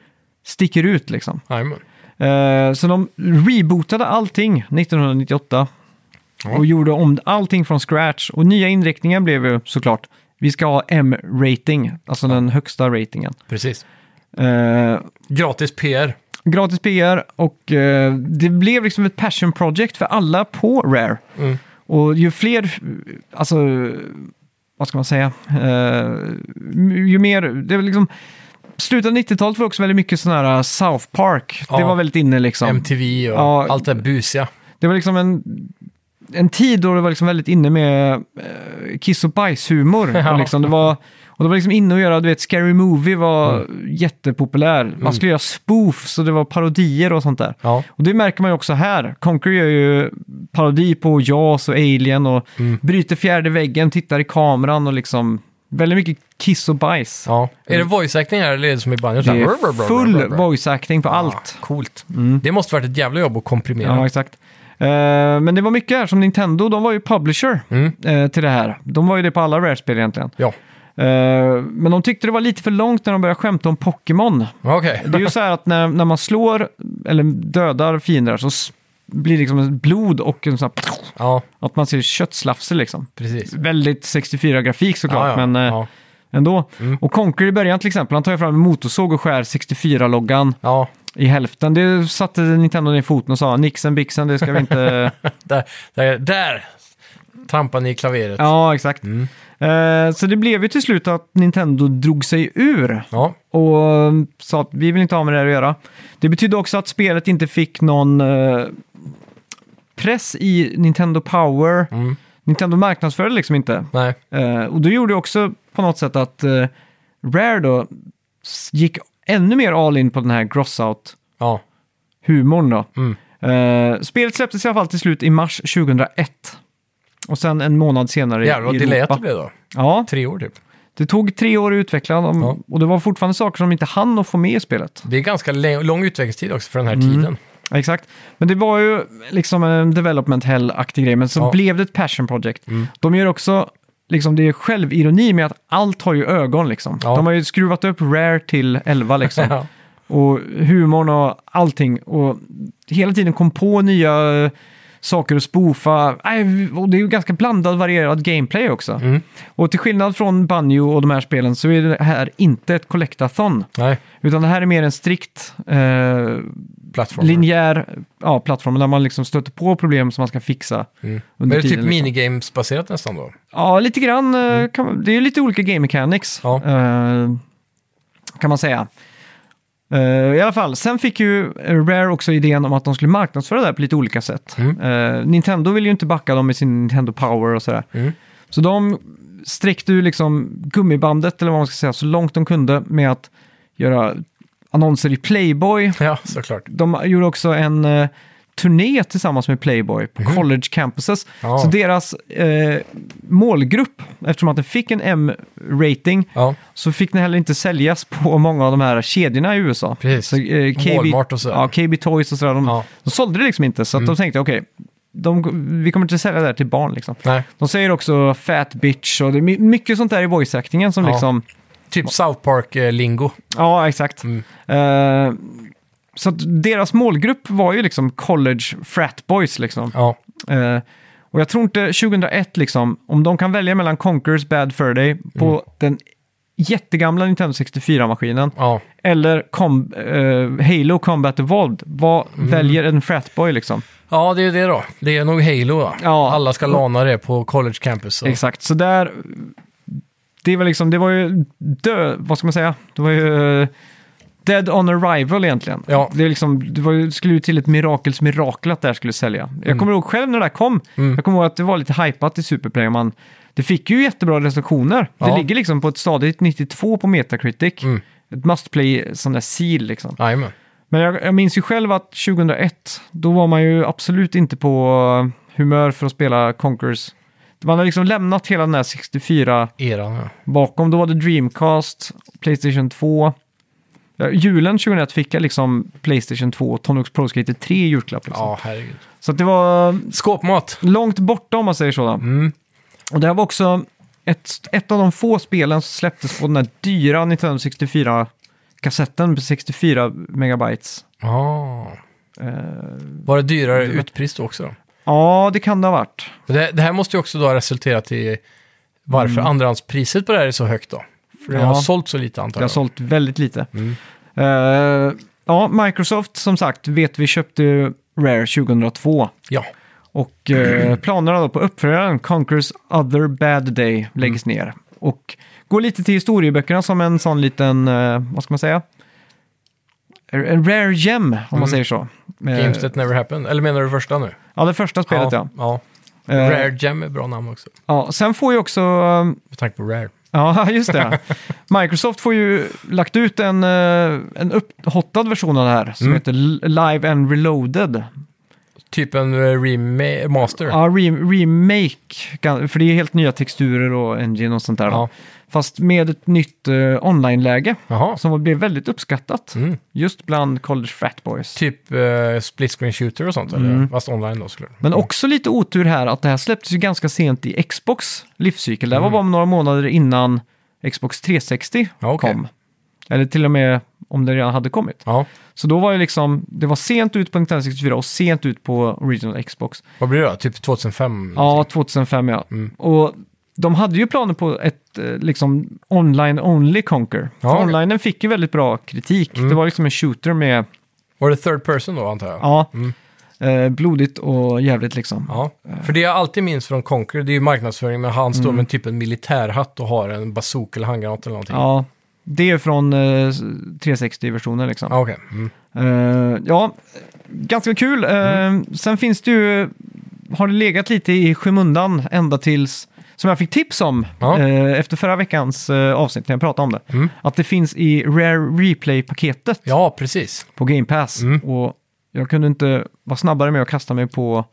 S1: sticker ut liksom.
S2: Jajamän.
S1: Eh, så de rebootade allting 1998
S2: Ja.
S1: och gjorde om allting från scratch. Och nya inriktningen blev ju såklart, vi ska ha M-rating, alltså den högsta ratingen.
S2: Precis.
S1: Eh,
S2: Gratis PR.
S1: gratis PR och eh, det blev liksom ett passion project för alla på Rare.
S2: Mm.
S1: Och ju fler, alltså, vad ska man säga, Eh, ju mer, det var liksom, slutet av 90-talet var också väldigt mycket sådana här eh, South Park. Det
S2: Ja.
S1: var väldigt inne liksom.
S2: MTV och
S1: Ja.
S2: allt det där busiga.
S1: Det var liksom en, en tid då det var liksom väldigt inne med eh, kiss och bajshumor.
S2: Ja.
S1: Och liksom det var, och det var liksom inne att göra, du vet, Scary Movie var
S2: Mm.
S1: jättepopulär. Man skulle göra spoofs och det var parodier och sånt där.
S2: Ja.
S1: Och det märker man ju också här. Conquer gör ju parodi på Jaws och Alien och
S2: Mm.
S1: bryter fjärde väggen, tittar i kameran och liksom väldigt mycket kiss och bajs.
S2: ja. Är det voice-acting här eller är det som i banjo?
S1: Mm. Det
S2: Så här, brr, brr, brr,
S1: är
S2: brr,
S1: full
S2: brr.
S1: voice-acting på allt. Mm.
S2: Ah, coolt. Det måste varit ett jävla jobb att komprimera.
S1: Ja, exakt. Eh, men det var mycket här som Nintendo, de var ju publisher
S2: Mm.
S1: eh, till det här. De var ju det på alla Rare-spel egentligen.
S2: ja.
S1: Eh, men de tyckte det var lite för långt när de började skämta om Pokémon.
S2: Okej.
S1: Det är ju så här att när, när man slår eller dödar fiender så s- blir det liksom ett blod och en sån här,
S2: Ja,
S1: att man ser köttslafser liksom.
S2: precis.
S1: Väldigt 64-grafik såklart,
S2: ja, ja.
S1: men eh,
S2: ja. Mm.
S1: ändå. Och Conquer i början till exempel, han tar ju fram en motorsåg och skär 64-loggan
S2: ja.
S1: i hälften. Det satte Nintendo ner foten och sa nixen bixen, det ska vi inte...
S2: Där, där, där trampar ni i klaveret.
S1: ja, exakt.
S2: Mm.
S1: Eh, så det blev ju till slut att Nintendo drog sig ur
S2: Ja.
S1: och mm, sa att vi vill inte ha med det här att göra. Det betydde också att spelet inte fick någon eh, press i Nintendo Power.
S2: Mm.
S1: Nintendo marknadsförde liksom inte.
S2: Nej.
S1: Eh, och då gjorde det också på något sätt att eh, Rare då s- gick ännu mer all in på den här gross-out-humorn då.
S2: Ja. Mm.
S1: Eh, spelet släpptes i alla fall till slut i mars 2001. Och sen en månad senare i-
S2: Jävlar vad
S1: i
S2: delayat
S1: Europa.
S2: det blev då.
S1: Ja,
S2: Tre år typ.
S1: det tog tre år att utveckla dem
S2: Ja.
S1: och det var fortfarande saker som inte hann att få med i spelet.
S2: Det är ganska lä- lång utvecklingstid också för den här
S1: Mm.
S2: tiden.
S1: Ja, Exakt. Men det var ju liksom en development hell-aktig grej, men så
S2: Ja. Mm.
S1: blev det ett passion project. De gör också, liksom, det är självironi med att allt har ju ögon liksom.
S2: Ja.
S1: De har ju skruvat upp rare till 11 liksom.
S2: Ja.
S1: och humorn och allting. Och hela tiden kom på nya eh, saker att spoofa. Nej, Och det är ju ganska blandad, varierad gameplay också.
S2: Mm.
S1: Och till skillnad från Banjo och de här spelen så är det här inte ett collectathon.
S2: Nej,
S1: Utan det här är mer en strikt eh,
S2: plattformen.
S1: linjär ja, plattform där man liksom stöter på problem som man ska fixa.
S2: Men det är typ
S1: tiden, liksom.
S2: minigames-baserat nästan då.
S1: Ja, lite grann. eh, Kan man, det är ju lite olika game mechanics.
S2: Ja.
S1: eh, kan man säga. Eh, I alla fall, sen fick ju Rare också idén om att de skulle marknadsföra det här på lite olika sätt.
S2: Mm.
S1: Eh, Nintendo vill ju inte backa dem med sin Nintendo Power och sådär.
S2: Mm.
S1: Så de sträckte ju liksom gummibandet, eller vad man ska säga, så långt de kunde med att göra annonser i Playboy.
S2: Ja, såklart.
S1: De gjorde också en eh, turné tillsammans med Playboy på college campuses.
S2: Mhm. Ja.
S1: Så deras eh, målgrupp, eftersom att den fick en M-rating,
S2: Ja,
S1: så fick den heller inte säljas på många av de här kedjorna i USA.
S2: Precis.
S1: Så, eh,
S2: Walmart och så.
S1: Ja, KB Toys och sådär. De,
S2: Ja. Mm.
S1: de sålde det liksom inte, så att de tänkte okej, de- vi kommer inte sälja det här till barn liksom.
S2: nej.
S1: De säger också fat bitch och det är my- mycket sånt där i voice-actingen som
S2: Ja.
S1: liksom...
S2: Typ South Park-lingo.
S1: Ja, exakt. Eh, så att deras målgrupp var ju liksom college frat boys liksom.
S2: Ja,
S1: Eh, och jag tror inte 2001 liksom, om de kan välja mellan Conquers Bad Furday på den jättegamla Nintendo 64-maskinen
S2: ja.
S1: eller com- eh, Halo Combat Evolved, vad väljer en fratboy liksom?
S2: ja det är ju det då. Det är nog Halo då.
S1: Ja.
S2: Alla ska lana det på college campus. Och...
S1: Exakt, så där... Det var liksom, det var ju dö... Vad ska man säga? Det var ju... eh, Dead on arrival egentligen.
S2: Ja.
S1: Det, är liksom, det var, ju- skulle ju till ett mirakels mirakel att det här skulle sälja. Jag kommer ihåg själv när det här kom. Jag kommer ihåg att det var lite hypat i Superplay. Man, det fick ju jättebra recensioner.
S2: Ja.
S1: Det ligger liksom på ett stadigt 92 på Metacritic. Ett must play sån där seal liksom.
S2: Jajamän.
S1: Men jag, jag minns ju själv att 2001, då var man ju absolut inte på eh, humör för att spela Conkers. Man har liksom lämnat hela den här 64
S2: Eran, ja.
S1: bakom. Då var det Dreamcast, Playstation 2. Ja, julen 2001 fick jag liksom Playstation 2 och Tony Hawk's Pro Skater 3 i julklapp. Liksom.
S2: Ja, herregud.
S1: Så att det var
S2: Skåpmat. Mm.
S1: långt borta om man säger så. Då. Och det här var också ett, ett av de få spelen som släpptes på den här dyra 1964-kassetten på 64 megabytes.
S2: Ah.
S1: Eh,
S2: Var det dyrare utpris då också? Då?
S1: ja, det kan det ha varit.
S2: Och Det, det här måste ju också då ha resulterat i varför andrahandspriset på det här är så högt då. För det
S1: Mm. Ja.
S2: har sålt så lite
S1: Det
S2: antagligen.
S1: har sålt väldigt lite.
S2: Mm.
S1: Eh, ja, Microsoft som sagt vet vi köpte Rare 2002.
S2: Ja.
S1: Och eh, planerna då på uppföljaren, Conquer's Other Bad Day, läggs
S2: Mm.
S1: ner. Och går lite till historieböckerna som en sån liten, eh, vad ska man säga? En rare gem, om man
S2: Mm.
S1: säger så. Eh,
S2: Games that never happened. Eller menar du första nu?
S1: ja, det första spelet ja.
S2: ja. ja.
S1: Eh,
S2: Rare Gem är bra namn också.
S1: ja. Sen får ju också eh,
S2: Med tanke på Rare.
S1: Ja, just det. Microsoft får ju lagt ut en, eh, en upphottad version av det här som
S2: Mm.
S1: heter L- Live and Reloaded.
S2: Typ en eh, remaster.
S1: Ja, re- remake, kan- för det är helt nya texturer och engine och sånt där.
S2: Ja.
S1: Fast med ett nytt eh, online-läge
S2: Jaha.
S1: som blev väldigt uppskattat
S2: Mm.
S1: just bland college frat boys.
S2: Typ eh, split screen shooter och sånt, eller? Fast online då såklart.
S1: Mm. Men också lite otur här att det här släpptes ju ganska sent i Xbox livscykel. Det
S2: Mm.
S1: här var bara några månader innan Xbox 360
S2: Ja, okej.
S1: kom. Eller till och med om det redan hade kommit.
S2: Ja.
S1: Så då var det liksom, det var sent ut på Nintendo 64 och sent ut på Original Xbox.
S2: Vad blir det då? Typ 2005?
S1: Ja, 2005 ja.
S2: Mm.
S1: Och de hade ju planer på ett eh, liksom online-only Conquer.
S2: Ja, Mm.
S1: För
S2: okej.
S1: Onlinen fick ju väldigt bra kritik. Det var liksom en shooter med,
S2: Var det third person då, antar jag?
S1: ja, eh, blodigt och jävligt liksom.
S2: Mm. Ja. För det jag alltid minns från Conquer, det är ju marknadsföring med han
S1: Mm.
S2: står med typ en militärhatt och har en bazooka eller handgranat eller någonting.
S1: Ja, det är från eh, 360-versionen liksom.
S2: Ah, okej. Mm.
S1: Eh, ja, ganska kul. Eh,
S2: Mm.
S1: Sen finns det ju, har det legat lite i skymundan ända tills, som jag fick tips om
S2: Ja. Mm.
S1: eh, efter förra veckans eh, avsnitt när jag pratade om det, att det finns i Rare Replay-paketet
S2: Ja, Mm. precis.
S1: på Game Pass. Och jag kunde inte vara snabbare med att kasta mig på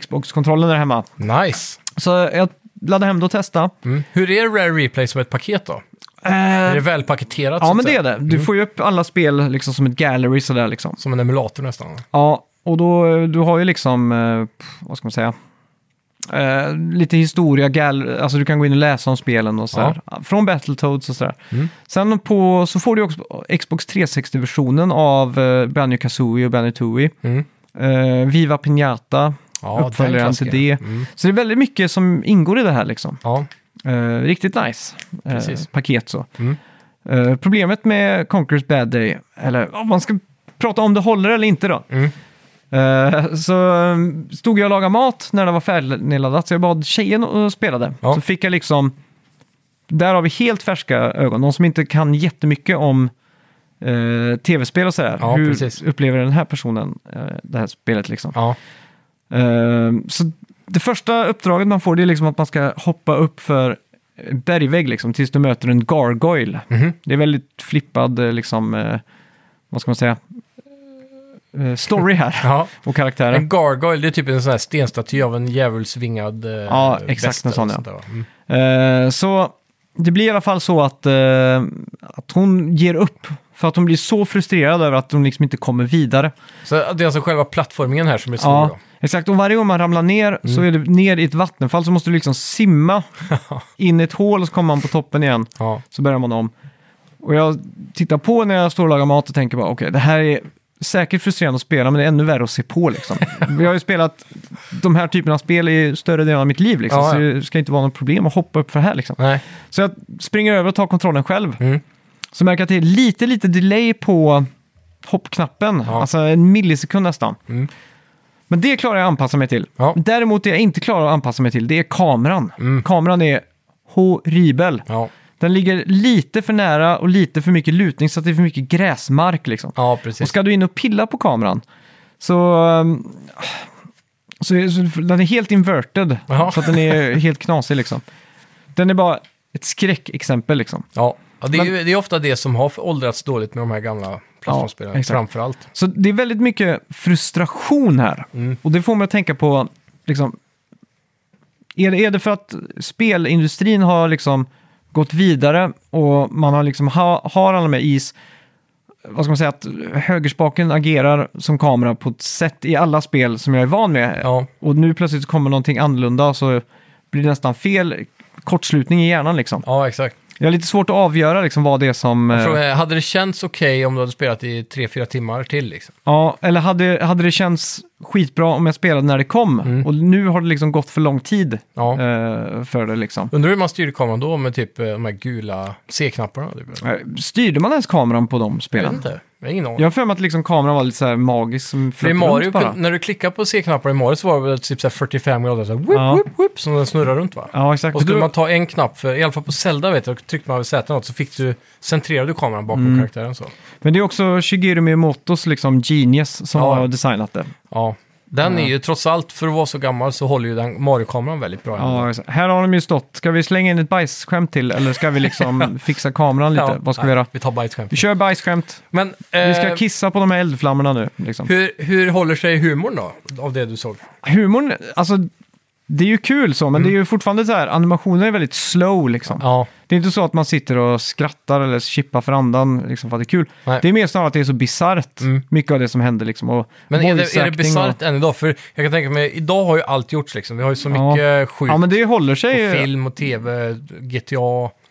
S1: Xbox-kontrollen där hemma.
S2: Nice.
S1: Så jag laddade hem det och testade.
S2: Mm. Hur är Rare Replay som ett paket då? Är det välpaketerat? så
S1: Eh, ja,
S2: att
S1: men det
S2: säga? Mm.
S1: är det. Du får ju upp alla spel liksom som ett gallery sådär liksom.
S2: Som en emulator nästan.
S1: Ja, och då, eh, du har ju liksom, eh, pff, vad ska man säga, eh, lite historia, gal- alltså du kan gå in och läsa om spelen och sådär. Från Battletoads och sådär.
S2: Mm.
S1: Sen på, så får du också Xbox 360-versionen av eh, Banjo Kazooie och Banjo Tooie.
S2: Mm.
S1: Eh, Viva Piñata,
S2: Ja, den
S1: uppföljaren till det.
S2: klassiker. Mm.
S1: Så det är väldigt mycket som ingår i det här liksom.
S2: Ja,
S1: Eh, riktigt nice eh,
S2: Precis.
S1: paket så.
S2: Mm.
S1: Eh, problemet med Conquer's Bad Day, eller om man ska prata om det håller eller inte då.
S2: Mm.
S1: Eh, så um, stod jag och lagade mat när det var färdigladdat, så jag bad tjejen och spelade.
S2: Ja.
S1: Så fick jag liksom, där har vi helt färska ögon, de som inte kan jättemycket om eh, tv-spel och sådär.
S2: Ja,
S1: Hur
S2: precis.
S1: upplever den här personen eh, det här spelet liksom?
S2: ja.
S1: Ehm, så det första uppdraget man får det är liksom att man ska hoppa upp för en bergvägg liksom, tills du möter en gargoyle.
S2: Mhm.
S1: Det är väldigt flippad, eh, liksom, eh, vad ska man säga, Eh, story här
S2: ja.
S1: och karaktärer.
S2: En gargoyle, det är typ en sån här stenstaty av en djävulsvingad eh,
S1: Ja, exakt,
S2: väst
S1: en
S2: eller
S1: sån,
S2: något
S1: ja.
S2: sånt där, va? Mm.
S1: Eh, så det blir i alla fall så att, eh, att hon ger upp för att hon blir så frustrerad över att hon liksom inte kommer vidare.
S2: Så det är alltså själva plattformingen här som är svår
S1: Ja,
S2: då?
S1: exakt. Och varje gång man ramlar ner så är det ner i ett vattenfall så måste du liksom simma in i ett hål och så kommer man på toppen igen.
S2: Ja.
S1: Så börjar man om. Och jag tittar på när jag står och lagar mat och tänker bara okej, det här är säkert frustrerande att spela men det är ännu värre att se på liksom. Jag har ju spelat de här typerna av spel i större delen av mitt liv liksom,
S2: Ja,
S1: så
S2: ja.
S1: det ska inte vara något problem att hoppa upp för det här liksom.
S2: Nej.
S1: Så jag springer över och tar kontrollen själv.
S2: Mm.
S1: Så märker jag att det är lite, lite delay på hoppknappen.
S2: Ja.
S1: Alltså en millisekund nästan.
S2: Mm.
S1: Men det klarar jag att anpassa mig till.
S2: Ja. Mm.
S1: Däremot det jag inte klarar att anpassa mig till, det är kameran. Kameran är horribel.
S2: Ja.
S1: Den ligger lite för nära och lite för mycket lutning så att det är för mycket gräsmark liksom.
S2: ja,
S1: Och
S2: precis.
S1: ska du in och pilla på kameran så... ehm, Så, är- så den är helt inverted.
S2: Jaha.
S1: Så att den är helt knasig liksom. Den är bara ett skräckexempel liksom.
S2: Ja. Ja, det, är
S1: Men-
S2: ju, det är ofta det som har åldrats dåligt med de här gamla plattformsspelen,
S1: Ja, exakt.
S2: framför allt.
S1: Så det är väldigt mycket frustration här. Och det får mig att tänka på, liksom, är det, är det för att spelindustrin har liksom gått vidare och man har, liksom ha, har alla med is, vad ska man säga, att högerspaken agerar som kamera på ett sätt i alla spel som jag är van med.
S2: Ja.
S1: Och nu plötsligt så kommer någonting annorlunda och så blir det nästan fel kortslutning i hjärnan liksom.
S2: Ja, exakt.
S1: Jag har lite svårt att avgöra liksom vad det är som... eh,
S2: Frågan är, hade det känts okej om du hade spelat i 3-4 timmar till? Liksom?
S1: Ja, eller hade, hade det känts skitbra om jag spelade när det kom? Och nu har det liksom gått för lång tid
S2: Mm. Ja.
S1: eh, för det liksom.
S2: Undrar hur man styrde kameran då med typ eh, de här gula C-knapparna? Typ. eller?
S1: Eh, Styrde man ens kameran på de
S2: Jag vet
S1: spelen?
S2: inte. Jag har ingen aning.
S1: Jag har för mig att liksom kameran var lite så här magisk som
S2: För i
S1: flöt
S2: Mario,
S1: runt bara.
S2: kun- när du klickar på C-knappar i Mario så var det väl typ så här 45 grader, så här, whoop,
S1: Ja.
S2: whoop, whoop, som den snurrar runt va?
S1: Ja, exakt.
S2: Och skulle
S1: Du-
S2: man ta en knapp, för, i alla fall på Zelda vet jag, tryckte man över Z något så fick du, centrerade du kameran bakom
S1: Mm.
S2: karaktären så.
S1: Men det är också Shigeru Miyamotos liksom genius som
S2: Ja.
S1: har designat det.
S2: Ja. Den är ju trots allt, för att vara så gammal, så håller ju den Mario-kameran väldigt bra.
S1: Ja, exakt. här har de ju stått. Ska vi slänga in ett bajsskämt till eller ska vi liksom fixa kameran lite?
S2: Ja,
S1: Vad ska vi
S2: nej,
S1: göra?
S2: Vi tar bajsskämt.
S1: Vi kör bajsskämt.
S2: Men
S1: Vi
S2: eh,
S1: ska kissa på de här eldflammorna nu. Liksom.
S2: hur, hur håller sig humorn då, av det du såg?
S1: Humorn, alltså det är ju kul så, men det är ju fortfarande så här, animationen är väldigt slow liksom.
S2: Mm. Ja,
S1: Det är inte så att man sitter och skrattar eller kippar för andan liksom, för att det är kul.
S2: Nej. Mm.
S1: Det är mer snarare att det är så bisarrt, mycket av det som händer liksom. Och
S2: men är det,
S1: voice
S2: är det
S1: acting
S2: bisarrt än idag? För jag kan tänka mig, idag har ju allt gjorts liksom. Vi har ju så
S1: Ja.
S2: mycket
S1: Och...
S2: sjukt.
S1: Ja, men det håller sig.
S2: Och film och tv, GTA.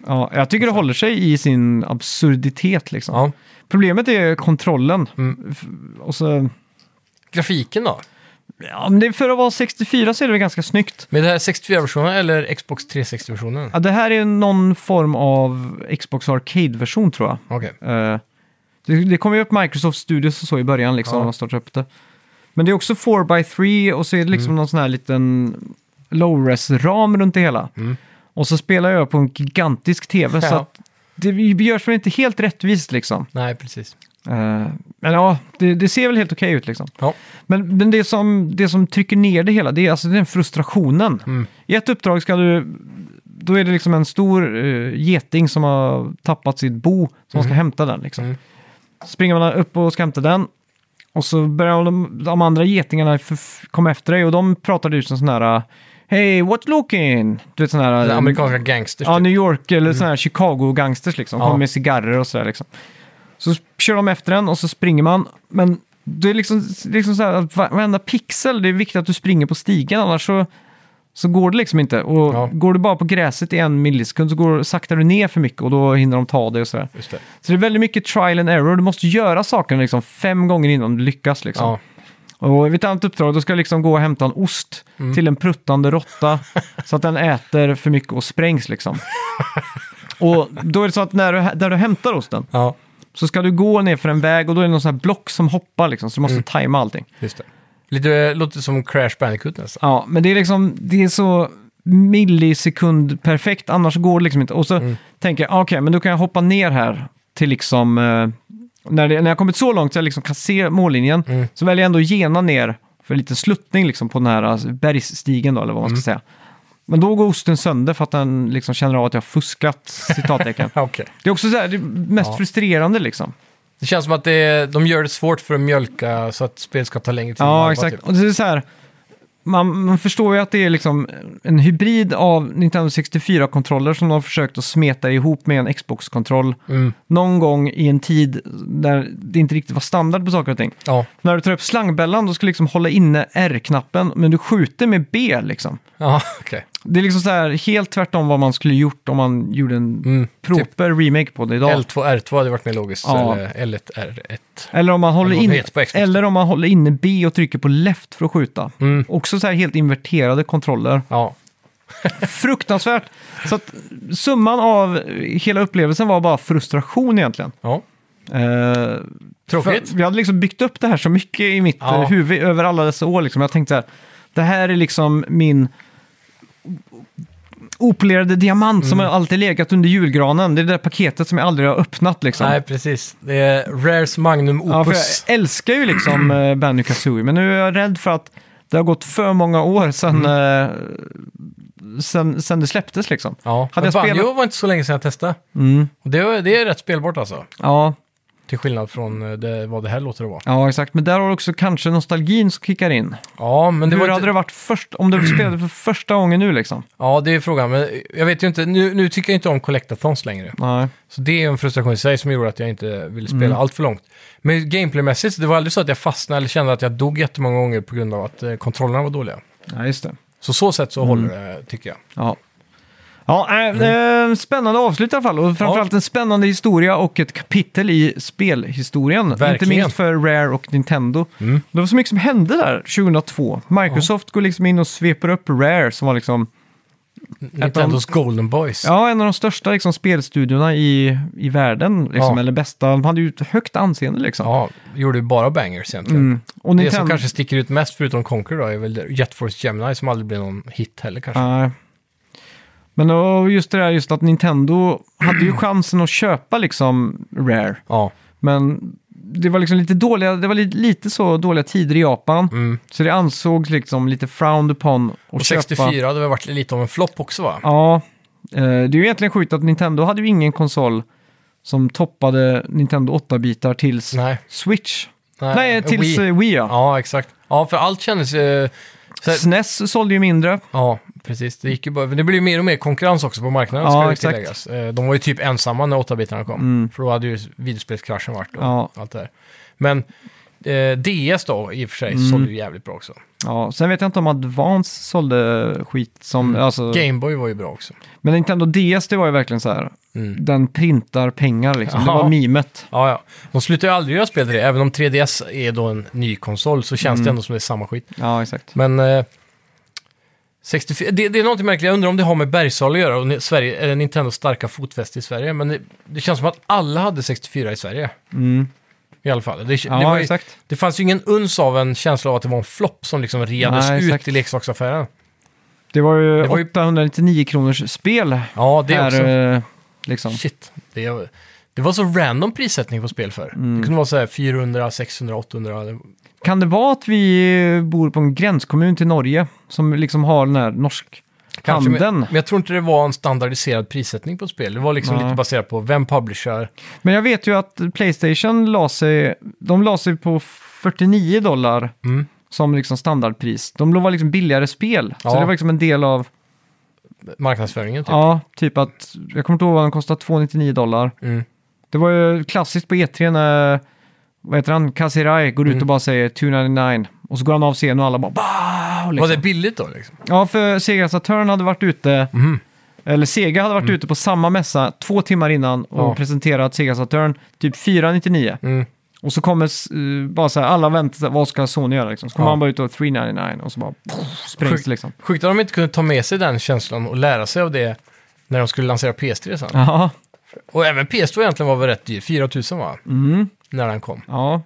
S1: Ja, jag tycker det håller sig i sin absurditet liksom.
S2: Ja. Mm.
S1: Problemet är kontrollen. F- Och så,
S2: Grafiken då?
S1: ja, men det är för att vara 64 så är det väl ganska snyggt.
S2: Med det här 64-versionen eller Xbox 360-versionen?
S1: Ja, det här är någon form av Xbox Arcade-version tror jag.
S2: Okej.
S1: Eh, det, det kom ju upp Microsoft Studios och så i början liksom,
S2: Ja.
S1: när man startade upp det. Men det är också 4x3 och så är det
S2: Mm.
S1: liksom någon sån här liten low-res-ram runt det hela. Och så spelar jag på en gigantisk tv så
S2: Mm. Ja.
S1: att det görs väl inte helt rättvist liksom.
S2: Nej, precis.
S1: Eh, men ja, det, det ser väl helt okej ut liksom.
S2: Ja.
S1: Men, men det, som, det som trycker ner det hela, det är alltså den frustrationen. I ett uppdrag ska du... Då är det liksom en stor eh, geting som har tappat sitt bo, som man ska hämta den. Liksom.
S2: Mm.
S1: Så springer man upp och ska hämta den. Och så börjar de, de andra getingarna förf- komma efter dig och de pratar ut som sån här... Hey, what's looking? Du vet sån här...
S2: Den amerikanska gangsters.
S1: Ja,
S2: typ.
S1: New York eller sådana här Chicago-gangsters liksom.
S2: Ja.
S1: Kommer med cigarrer och sådär liksom. Så kör de efter den och så springer man. Men det är liksom, liksom så här att va- varenda pixel, det är viktigt att du springer på stigen annars så, så går det liksom inte. Och
S2: Ja.
S1: går du bara på gräset i en millisekund så går, saktar du ner för mycket och då hinner de ta dig och sådär.
S2: Just det.
S1: Så det är väldigt mycket trial and error. Du måste göra sakerna liksom fem gånger innan du lyckas liksom.
S2: Ja.
S1: Och vid ett annat uppdrag, då ska jag liksom gå och hämta en ost till en pruttande råtta så att den äter för mycket och sprängs liksom. och då är det så att när du, där du hämtar osten
S2: ja,
S1: så ska du gå ner för en väg och då är det någon sån här block som hoppar liksom, så du måste tajma allting.
S2: just det. Lite, låter som Crash Bandicoot nästan.
S1: Ja, men det är liksom, det är så millisekund perfekt, annars går det liksom inte. Och så
S2: Mm.
S1: tänker jag, okej, men då kan jag hoppa ner här till liksom, eh, när, det, när jag kommit så långt så jag liksom kan se mållinjen,
S2: Mm.
S1: så väljer jag ändå att gena ner för lite sluttning liksom på den här alltså, bergsstigen då, eller vad man ska säga.
S2: Mm.
S1: Men då går osten sönder för att den liksom känner av att jag har fuskat, citattecken.
S2: Ja, Okej.
S1: Det är också så här, det mest
S2: Ja.
S1: frustrerande liksom.
S2: Det känns som att det, de gör det svårt för att mjölka så att spelet ska ta längre tid. än
S1: Ja,
S2: vad det var,
S1: exakt.
S2: typ.
S1: Och det är så här, man, man förstår ju att det är liksom en hybrid av Nintendo 64-kontroller som de har försökt att smeta ihop med en Xbox-kontroll
S2: Mm.
S1: någon gång i en tid där det inte riktigt var standard på saker och ting.
S2: Ja,
S1: När du tar upp slangbällan då ska du liksom hålla inne R-knappen men du skjuter med B liksom.
S2: ja okej.
S1: Det är liksom så här helt tvärtom vad man skulle gjort om man gjorde en
S2: Mm.
S1: proper remake på det idag.
S2: L2, R2 hade varit mer logiskt.
S1: Ja.
S2: Eller L1, R1.
S1: Eller om, man håller
S2: Eller vad det
S1: in,
S2: heter på Xbox.
S1: eller om man håller inne B och trycker på left för att skjuta.
S2: Mm.
S1: Också så här helt inverterade kontroller.
S2: Ja,
S1: Fruktansvärt! Så att summan av hela upplevelsen var bara frustration egentligen.
S2: ja.
S1: Eh,
S2: Tråkigt.
S1: för Jag hade liksom byggt upp det här så mycket i mitt
S2: Ja.
S1: eh, huvud över alla dessa år. Liksom. Jag tänkte så här, det här är liksom min opolerade diamant
S2: Mm.
S1: som har alltid legat under julgranen. Det är det där paketet som jag aldrig har öppnat liksom.
S2: Nej, precis. Det är Rares Magnum
S1: Ja, för
S2: Opus.
S1: jag älskar ju liksom eh, Banjo Kazooie, men nu är jag rädd för att det har gått för många år sedan,
S2: Mm.
S1: eh, sen, sen det släpptes liksom.
S2: Ja,
S1: Hade
S2: men
S1: jag
S2: Banjo
S1: spelat-
S2: var inte så länge sedan jag testade.
S1: Mm.
S2: Och Det, var- det är rätt spelbart alltså.
S1: Ja,
S2: Till skillnad från eh, det, vad det här låter det vara.
S1: ja, exakt. Men där har också kanske nostalgin som kickar in.
S2: Ja, men det
S1: Hur
S2: var
S1: hade
S2: inte...
S1: det varit först, om du spelade för första gången nu liksom?
S2: Ja, det är frågan. Men jag vet ju inte. Nu, nu tycker jag inte om Collectathons längre.
S1: Nej.
S2: Så det är en frustration i sig som gjorde att jag inte ville spela
S1: Mm.
S2: allt för långt. Men gameplaymässigt, det var aldrig så att jag fastnade eller kände att jag dog jättemånga gånger på grund av att eh, kontrollerna var dåliga.
S1: Ja, just det.
S2: Så så sätt så håller det, tycker jag.
S1: Ja. Ja, äh, eh, spännande avslut i alla fall. Och framförallt en spännande historia och ett kapitel i spelhistorien. Inte
S2: Verkligen. Mm.
S1: minst för Rare och Nintendo. Det var så mycket som hände där 2002. Microsoft går liksom in och sveper upp Rare som var liksom
S2: Nintendos Golden Boys.
S1: ja, en av de största liksom, spelstudiorna i, i världen. Liksom,
S2: Ja.
S1: Eller bästa. De hade ju ett högt anseende liksom.
S2: Ja, gjorde ju bara bangers egentligen.
S1: Och
S2: Det som kanske sticker ut mest, förutom Conquer då, är väl Jet Force Gemini som aldrig blev någon hit heller kanske.
S1: Nej. Men och just det där just att Nintendo hade ju chansen att köpa liksom Rare.
S2: Ja,
S1: Men det var liksom lite dåliga, det var lite, lite så dåliga tider i Japan. Så det ansågs liksom lite frowned upon att
S2: Mm. och
S1: köpa.
S2: 64 hade väl varit lite av en flopp också va?
S1: Ja, eh, det är ju egentligen sjukt att Nintendo hade ju ingen konsol som toppade Nintendo 8-bitar tills
S2: Nej.
S1: Switch.
S2: Nej,
S1: Nej, tills
S2: Wii.
S1: Wii, Wii ja.
S2: Ja, exakt. Ja, för allt kändes... Eh, så här,
S1: SNES sålde ju mindre.
S2: ja, precis. Det, gick ju bara, det blev ju mer och mer konkurrens också på
S1: Ja,
S2: marknaden, ska ju
S1: exakt. Mm.
S2: tilläggas. Eh, de var ju typ ensamma när 8-bitarna kom, för då hade ju videospelskraschen varit och
S1: Ja.
S2: allt det där. Men eh, DS då, i och för sig,
S1: Mm.
S2: sålde ju jävligt bra också.
S1: Ja, sen vet jag inte om Advance sålde skit som...
S2: Mm.
S1: Alltså,
S2: Gameboy var ju bra också.
S1: men Nintendo DS, det var ju verkligen så här. Den printar pengar liksom. Det
S2: Mm. Ja.
S1: var mimet.
S2: Ja, ja. De slutar ju aldrig göra spel till det. Även om 3DS är då en ny konsol så
S1: Mm.
S2: känns det ändå som det är samma skit.
S1: Ja, exakt.
S2: Men... Eh, 64, det, det är något märkligt, jag undrar om det har med Bergsala att göra och ni- Sverige, eller Nintendos starka fotfäste i Sverige. Men det, det känns som att alla hade 64 i Sverige. I alla fall. Det, det,
S1: Mm. Ja,
S2: var ju,
S1: exakt.
S2: det fanns ju ingen uns av en känsla av att det var en flopp som liksom reddes
S1: Nej,
S2: ut
S1: exakt.
S2: i leksaksaffären.
S1: Det var ju
S2: Det var ju-
S1: 899 kronors spel.
S2: Ja, det
S1: här,
S2: också.
S1: eh, liksom.
S2: Shit. Det, det var så random prissättning på spel för.
S1: Mm.
S2: Det kunde vara så här 400, 600, 800. eller-
S1: Kan det vara att vi bor på en gränskommun till Norge som liksom har den här norsk
S2: Kanske, men,
S1: handeln?
S2: men jag tror inte det var en standardiserad prissättning på spel. Det var liksom
S1: Nej.
S2: lite baserat på vem publicerar.
S1: Men jag vet ju att Playstation la sig, de la sig på 49 dollar
S2: Mm.
S1: som liksom standardpris. De var liksom billigare spel, så
S2: Ja.
S1: det var liksom en del av,
S2: marknadsföringen. Typ.
S1: ja, typ att, jag kommer inte ihåg vad den kostade, 299 dollar.
S2: Mm.
S1: Det var ju klassiskt på E3 när, vad heter han, Kazirai går
S2: Mm.
S1: ut och bara säger 299 och så går han av scenen och alla bara "Bah!" liksom.
S2: Var det billigt då? Liksom?
S1: Ja, för Sega Saturn hade varit ute,
S2: Mm.
S1: eller Sega hade varit ute på samma mässa två timmar innan och
S2: Ja.
S1: presenterat Sega Saturn typ 499.
S2: Mm.
S1: Och så kommer eh, bara så här, alla väntar, så här, vad ska Sony göra liksom? Så kommer
S2: Ja.
S1: man bara ut och 399 och så bara pff, sprängs
S2: Sjukt.
S1: det liksom.
S2: Sjukt att de inte kunde ta med sig den känslan och lära sig av det när de skulle lansera PS3 sen.
S1: Ja,
S2: Och även PS2 egentligen var väl rätt dyr, 4000 va?
S1: mm,
S2: När den kom.
S1: ja,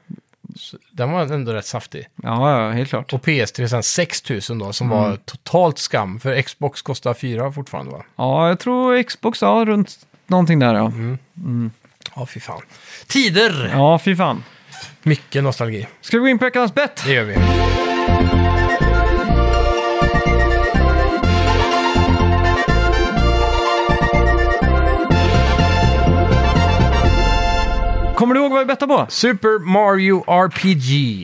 S2: Så den var ändå rätt saftig.
S1: ja, ja, helt klart.
S2: Och PS3 sen 6000 då, som
S1: Mm.
S2: var totalt skam. För Xbox kostar 4 fortfarande va?
S1: Ja, jag tror Xbox har runt någonting där ja.
S2: Mm. Ja, fy fan. Tider!
S1: Ja, fy fan.
S2: Mycket nostalgi.
S1: Ska vi gå in på veckans bett?
S2: Det gör vi.
S1: Kommer du ihåg vad vi bettade på?
S2: Super Mario RPG.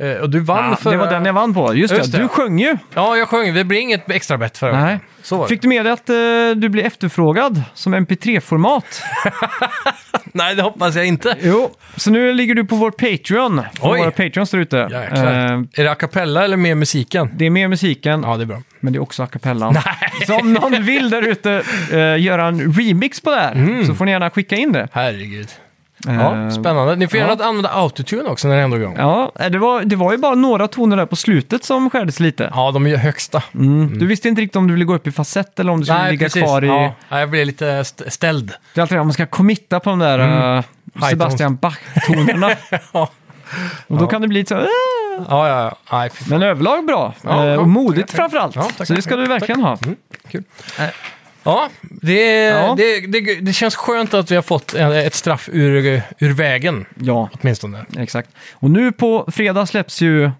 S2: Eh, och du vann
S1: Ja,
S2: förra...
S1: Det var den jag vann på. Just,
S2: Just
S1: det,
S2: det.
S1: du sjöng ju.
S2: Ja, jag sjöng. Det blir inget extra bett förra
S1: Nej.
S2: veckan. Så var det.
S1: Fick du med dig att eh, du blev efterfrågad som mp3-format?
S2: Nej, det hoppas jag inte.
S1: jo. Så nu ligger du på vår Patreon, för
S2: Oj.
S1: våra Patreons där ute.
S2: Jäklar.
S1: Eh,
S2: Är det a cappella eller med musiken?
S1: det är mer musiken,
S2: Ja, det är bra.
S1: men det är också a cappellan. Så om någon vill där ute eh, göra en remix på det här, så får ni gärna skicka in det.
S2: Herregud. Mm. Ja, spännande. Ni får gärna använda autotune också när det ändå är igång. Ja.
S1: Eh. Ja, eh, det var, det var ju bara några toner där på slutet som skärdes lite.
S2: de är ju högsta.
S1: Mm. Du visste inte riktigt om du ville gå upp i facett eller om du skulle ligga kvar i...
S2: Ja, jag blev lite st- ställd.
S1: Det är alltid det, man ska committa på de där eh, Sebastian Bach-tonerna.
S2: Mm. Ja.
S1: Och då kan det bli lite så här, "Åh!"
S2: Ja, ja, ja. Nej, fy fan.
S1: Men överlag bra.
S2: Ja,
S1: eh,
S2: ja,
S1: och modigt
S2: tackar, tackar.
S1: framför allt.
S2: Ja, tackar,
S1: så det ska
S2: tackar,
S1: du verkligen ha.
S2: Mm. Kul. Ja, det,
S1: Ja.
S2: Det, det, det känns skönt att vi har fått en- ett straff ur, ur vägen,
S1: Ja,
S2: åtminstone.
S1: exakt. Och nu på fredag släpps ju...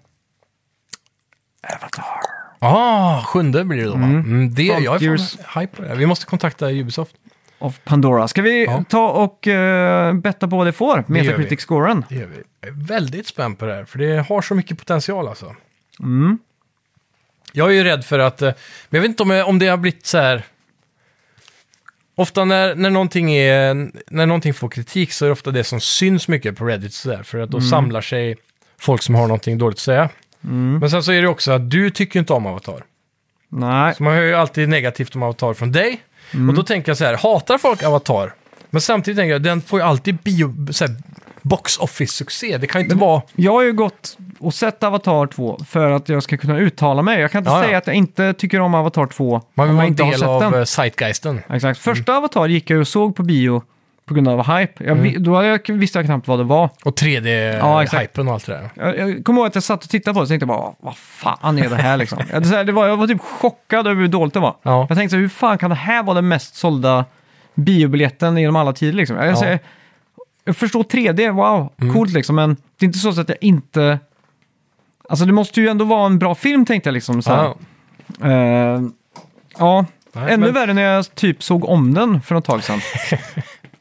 S2: Ah, sjunde blir det då, va? Mm, det, jag är
S1: Frontiers.
S2: fan hype på det här. Vi måste kontakta Ubisoft.
S1: Of Pandora. Ska vi
S2: Ja.
S1: ta och eh, betta på vad det får?
S2: gör vi.
S1: Metacritic-scoren.
S2: Det gör vi. Jag är väldigt spänd på det här, för det har så mycket potential alltså. Jag är ju rädd för att, eh, men jag vet inte om, jag, om det har blivit så här... Ofta när, när, någonting är, när någonting får kritik så är det ofta det som syns mycket på Reddit så där, för att då samlar sig folk som har någonting dåligt att säga. Men sen så är det också att du tycker ju inte om Avatar.
S1: Nej.
S2: Så man hör ju alltid negativt om Avatar från dig. Och då tänker jag så här, hatar folk Avatar? Men samtidigt tänker jag, den får ju alltid bio, så här, box office-succé. Det kan ju inte vara...
S1: Jag har ju gått och sett Avatar 2 för att jag ska kunna uttala mig. Jag kan inte
S2: Ja, ja.
S1: säga att jag inte tycker om Avatar 2
S2: Man vill
S1: om jag
S2: vara en
S1: inte har
S2: del
S1: sett
S2: av
S1: den.
S2: eh, zeitgeisten.
S1: Exakt. Första Avatar gick jag och såg på bio på grund av hype. Jag,
S2: Mm.
S1: vi- Då hade jag, visste jag knappt vad det var.
S2: Och
S1: Ja, exakt.
S2: 3D-hypen och allt det där.
S1: Jag, jag kommer ihåg att jag satt och tittade på det och tänkte bara, vad fan är det här liksom? Ja, det, är så här, det var, jag var typ chockad över hur dåligt det var.
S2: Ja.
S1: Jag tänkte så här, hur fan kan det här vara den mest sålda biobiljetten genom alla tider liksom? Jag,
S2: Ja.
S1: säger, jag förstår 3D, wow,
S2: Mm.
S1: coolt liksom, men det är inte så att jag inte... Alltså det måste ju ändå vara en bra film tänkte jag liksom. Så här.
S2: Ja.
S1: Eh, ja,
S2: Nej,
S1: ännu
S2: men-
S1: värre när jag typ såg om den för något tag sedan.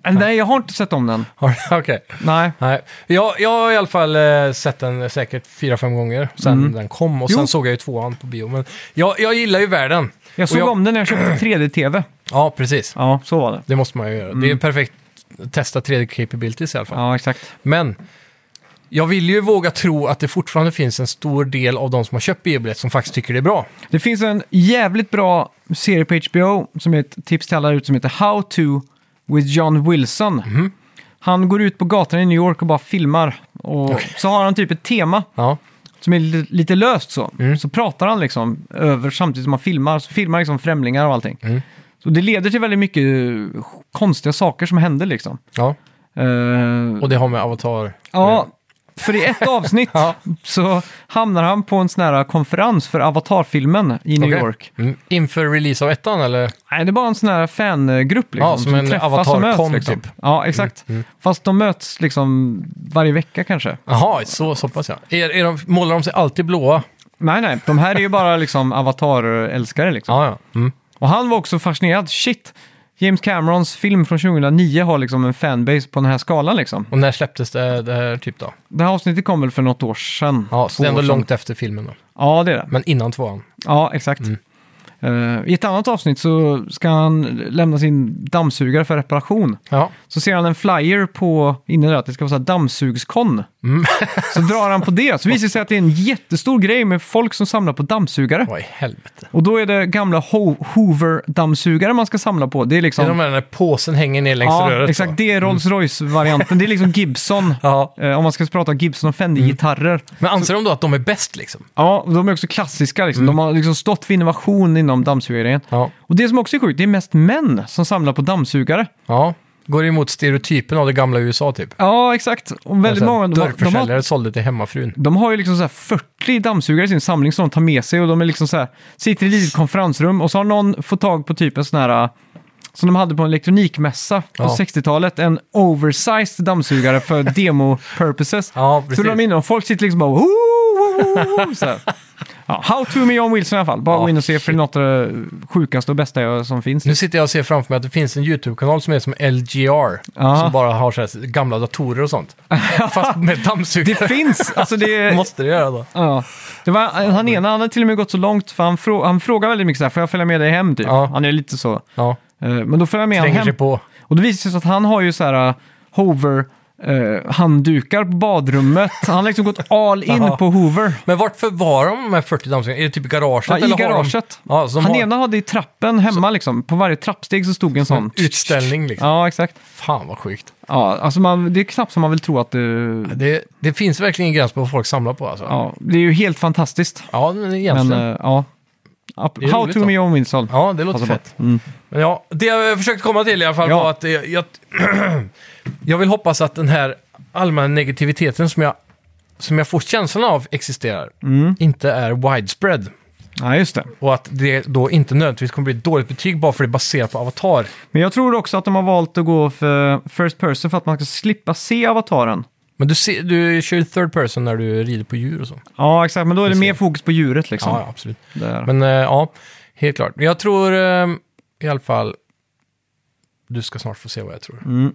S1: Eh, Nej, jag har inte sett om den.
S2: Har- Okej.
S1: Nej.
S2: Nej. Jag, jag har i alla fall eh, sett den säkert fyra, fem gånger sen den kom. Och sen
S1: Mm. Jo.
S2: såg jag ju tvåan på bio. Men jag, jag gillar ju världen.
S1: Jag såg
S2: jag-
S1: om den när jag köpte 3D-TV.
S2: Ja, precis.
S1: Ja, så var det.
S2: Det måste man ju göra. Det är perfekt att testa 3D-capabilities i alla fall.
S1: Mm. Ja, exakt.
S2: Men jag vill ju våga tro att det fortfarande finns en stor del av de som har köpt biobiljett som faktiskt tycker det är bra.
S1: Det finns en jävligt bra serie på HBO som är ett tips till alla där ute som heter How to with John Wilson.
S2: Mhm.
S1: Han går ut på gatan i New York och bara filmar. Och Så har han typ ett tema
S2: Ja,
S1: som är li- lite löst så.
S2: Mm.
S1: Så pratar han liksom över samtidigt som han filmar. Så filmar liksom främlingar och allting.
S2: Mm.
S1: Så det leder till väldigt mycket eh, konstiga saker som händer liksom.
S2: ja.
S1: Eh,
S2: och det har med Avatar.
S1: Ja, för i ett avsnitt
S2: Ja.
S1: så hamnar han på en sån här konferens för Avatar-filmen i New
S2: Okej.
S1: York.
S2: Mm. Inför release av ettan eller?
S1: Nej, det är bara en sån här fangrupp liksom.
S2: Ja, som en
S1: träffas och
S2: Avatar
S1: möts,
S2: kom,
S1: liksom.
S2: typ.
S1: Ja, exakt. Fast de möts liksom varje vecka kanske.
S2: Jaha, så, så pass ja. Är, är de, målar de sig alltid blåa?
S1: Nej, nej, de här är ju bara liksom Avatar-älskare liksom.
S2: Ja, ja. Mm.
S1: Och han var också fascinerad. Shit, James Camerons film från 2009 har liksom en fanbase på den här skalan liksom.
S2: Och när släpptes det, det här typ då?
S1: Det här avsnittet kom väl för något år sedan.
S2: Ja, så
S1: Två
S2: det är ändå
S1: år sedan.
S2: långt efter filmen då.
S1: Ja, det är det.
S2: Men innan tvåan.
S1: Ja, exakt.
S2: Mm.
S1: Eh, I ett annat avsnitt så ska han lämna sin dammsugare för reparation.
S2: Ja,
S1: Så ser han en flyer på inne där att det ska vara så här dammsugskonn.
S2: Mm.
S1: så drar han på det. Så visar det sig att det är en jättestor grej med folk som samlar på dammsugare.
S2: vad i helvete.
S1: Och då är det gamla Ho- Hoover-dammsugare man ska samla på. Det är
S2: Det
S1: liksom...
S2: är de där när påsen hänger ner längs
S1: ja,
S2: röret.
S1: exakt.
S2: va?
S1: Det är Rolls Royce-varianten. Det är liksom Gibson.
S2: Ja.
S1: Eh, om man ska prata Gibson och Fendi-gitarrer.
S2: Men anser de då att de är bäst liksom?
S1: Ja, och de är också klassiska. Liksom. De har liksom stått för innovation inom dammsugargrejen.
S2: Ja.
S1: Och det som också är sjukt, det är mest män som samlar på dammsugare.
S2: Ja. Går emot stereotypen av det gamla USA typ.
S1: Ja, exakt. Och väldigt många... De har, de,
S2: Alltså, Dörrförsäljare
S1: har,
S2: sålde till hemmafrun.
S1: de har ju liksom så här 40 dammsugare i sin samling som de tar med sig och de är liksom så här, sitter i ett litet konferensrum och så har någon fått tag på typ en sån här äh, som de hade på en elektronikmässa på
S2: Ja.
S1: 60-talet, en oversized dammsugare för demo-purposes.
S2: Ja,
S1: så
S2: precis.
S1: de är inne och folk sitter liksom bara... "Ooh, ooh, ooh", så här. Ja, how to med John Wilson i alla fall. Bara
S2: Ja,
S1: gå in och se för
S2: shit.
S1: något av det sjukaste och bästa jag- som finns.
S2: Nu sitter jag och ser framför mig att det finns en YouTube-kanal som är som LGR.
S1: Ja.
S2: Som bara har så här gamla datorer och sånt. Fast med
S1: Det
S2: dammsugare.
S1: finns! Alltså det,
S2: Måste det göra då?
S1: Ja. Det var, han ena han hade till och med gått så långt, för han, frå, han frågar väldigt mycket så här, får jag följa med dig hem typ?
S2: Ja.
S1: Han är lite så.
S2: Ja,
S1: Eh, Men då följer jag med honom
S2: tränger sig
S1: hem.
S2: på.
S1: Och det visar sig så att han har ju så här uh, hover eh, handdukar på badrummet. Han har liksom gått all in
S2: Jaha.
S1: på hover.
S2: Men vart förvarar de de här 40 dammsugarna? Är det typ i garaget?
S1: Ja, I
S2: eller
S1: garaget.
S2: Har de... Ja, så de
S1: han
S2: har
S1: ena hade i trappen hemma liksom. På varje trappsteg så stod en sån.
S2: en utställning liksom.
S1: Ja, exakt.
S2: Fan vad sjukt.
S1: Ja, alltså man, det är knappt som man vill tro att det...
S2: Det, det finns verkligen en gräns på vad folk samlar på alltså. Ja,
S1: Ja, det är ju helt fantastiskt.
S2: men
S1: Men
S2: egentligen.
S1: eh, ja.
S2: Det är
S1: How
S2: roligt
S1: to
S2: då.
S1: me John Wilson.
S2: ja, det låter
S1: Passa på.
S2: fett. Men ja, det jag försökte komma till i alla fall
S1: Ja.
S2: var att jag, jag, jag vill hoppas att den här allmänna negativiteten som jag, som jag får känslan av existerar inte är widespread.
S1: Ja, just det.
S2: Och att det då inte nödvändigtvis kommer bli ett dåligt betyg bara för det är baserat på avatar.
S1: Men jag tror också att de har valt att gå för first person för att man ska slippa se avataren.
S2: Men du, ser, du kör ju third person när du rider på djur och så.
S1: Ja, exakt. Men då är det
S2: Precis.
S1: mer fokus på djuret liksom.
S2: Ja, ja, absolut.
S1: Där.
S2: Men eh, ja, helt klart. Jag tror eh, i alla fall... Du ska snart få se vad jag tror.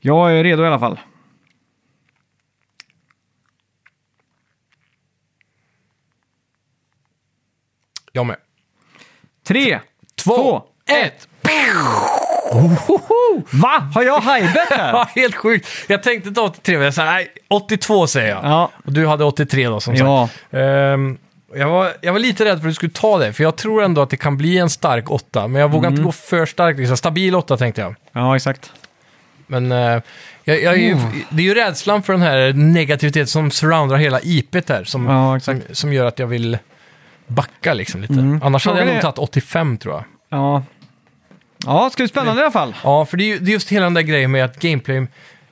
S1: Jag är redo i alla fall.
S2: Jag med.
S1: Tre,
S2: Två,
S1: två,
S2: ett!
S1: Va? Har jag hajbet här?
S2: Ja, helt sjukt. Jag tänkte inte 83, men jag sa nej, 82 säger jag.
S1: Ja.
S2: Och du hade 83 då som
S1: Ja.
S2: sagt. Ehm, Jag var, jag var lite rädd för att du skulle ta det, för jag tror ändå att det kan bli en stark åtta. Men jag vågar
S1: Mm.
S2: inte gå för starkt. Liksom. Stabil åtta tänkte jag.
S1: Ja, exakt.
S2: Men eh, jag, jag är ju,
S1: Oh.
S2: det är ju rädslan för den här negativiteten som surroundar hela IPet här. Som,
S1: Ja,
S2: som,
S1: exakt.
S2: som gör att jag vill backa liksom lite.
S1: Mm.
S2: Annars hade jag
S1: Frågan
S2: nog
S1: är-
S2: tagit 85 tror jag.
S1: Ja. Ja, det ska bli spännande i alla fall.
S2: Ja, för det är ju det är just hela den där grejen med att gameplay,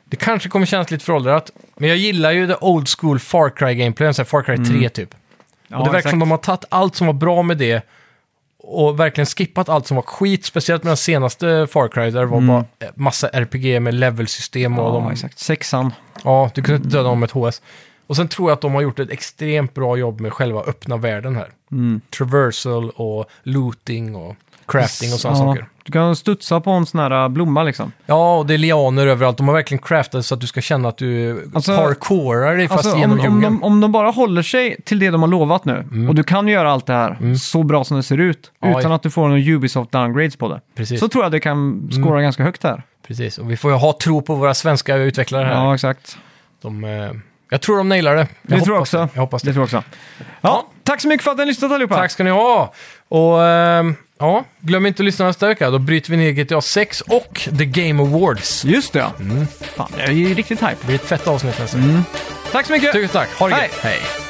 S2: det kanske kommer kännas lite föråldrat, men jag gillar ju det old school Far Cry-gameplayen, så här Far Cry 3 typ.
S1: Mm. Ja,
S2: och det verkar som de har tagit allt som var bra med det och verkligen skippat allt som var skit, speciellt med den senaste Far Cry där det var bara eh, massa RPG med levelsystem och
S1: Mm. Ja,
S2: de,
S1: exakt. Sexan.
S2: ja, du kunde inte döda dem med ett HS. Och sen tror jag att de har gjort ett extremt bra jobb med själva öppna världen här.
S1: Mm.
S2: Traversal och looting och crafting och sådana
S1: Ja,
S2: saker.
S1: Du kan studsa på en sån här blomma liksom.
S2: Ja, och det är lianer överallt. De har verkligen craftat så att du ska känna att du
S1: Alltså-
S2: parkourar dig fast
S1: Alltså,
S2: genom
S1: om, om,
S2: djungeln. Mm.
S1: de, om de bara håller sig till det de har lovat nu, och du kan göra allt det här så bra som det ser ut,
S2: Ja,
S1: utan
S2: ja.
S1: att du får någon Ubisoft downgrades på det,
S2: Precis. Mm.
S1: så tror jag det kan scora ganska högt där.
S2: Precis, och vi får ju ha tro på våra svenska utvecklare här.
S1: Ja, exakt.
S2: De, eh, jag tror de nailar det.
S1: Det
S2: Jag
S1: tror jag
S2: hoppas
S1: också.
S2: Det. Jag hoppas
S1: Det
S2: det.
S1: tror jag också. Ja, Tack så mycket för att ni har lyssnat allihopa.
S2: Tack ska ni ha! Och ehm, ja, glöm inte att lyssna nästa vecka. Då bryter vi ner GTA 6 och The Game Awards. Det
S1: Just det, ja. Fan, jag är ju riktigt hype.
S2: blir ett fett avsnitt nästa vecka.
S1: Tack så mycket.
S2: Tusen tack! Ha det
S1: Mm. Hej.
S2: gött. Hej!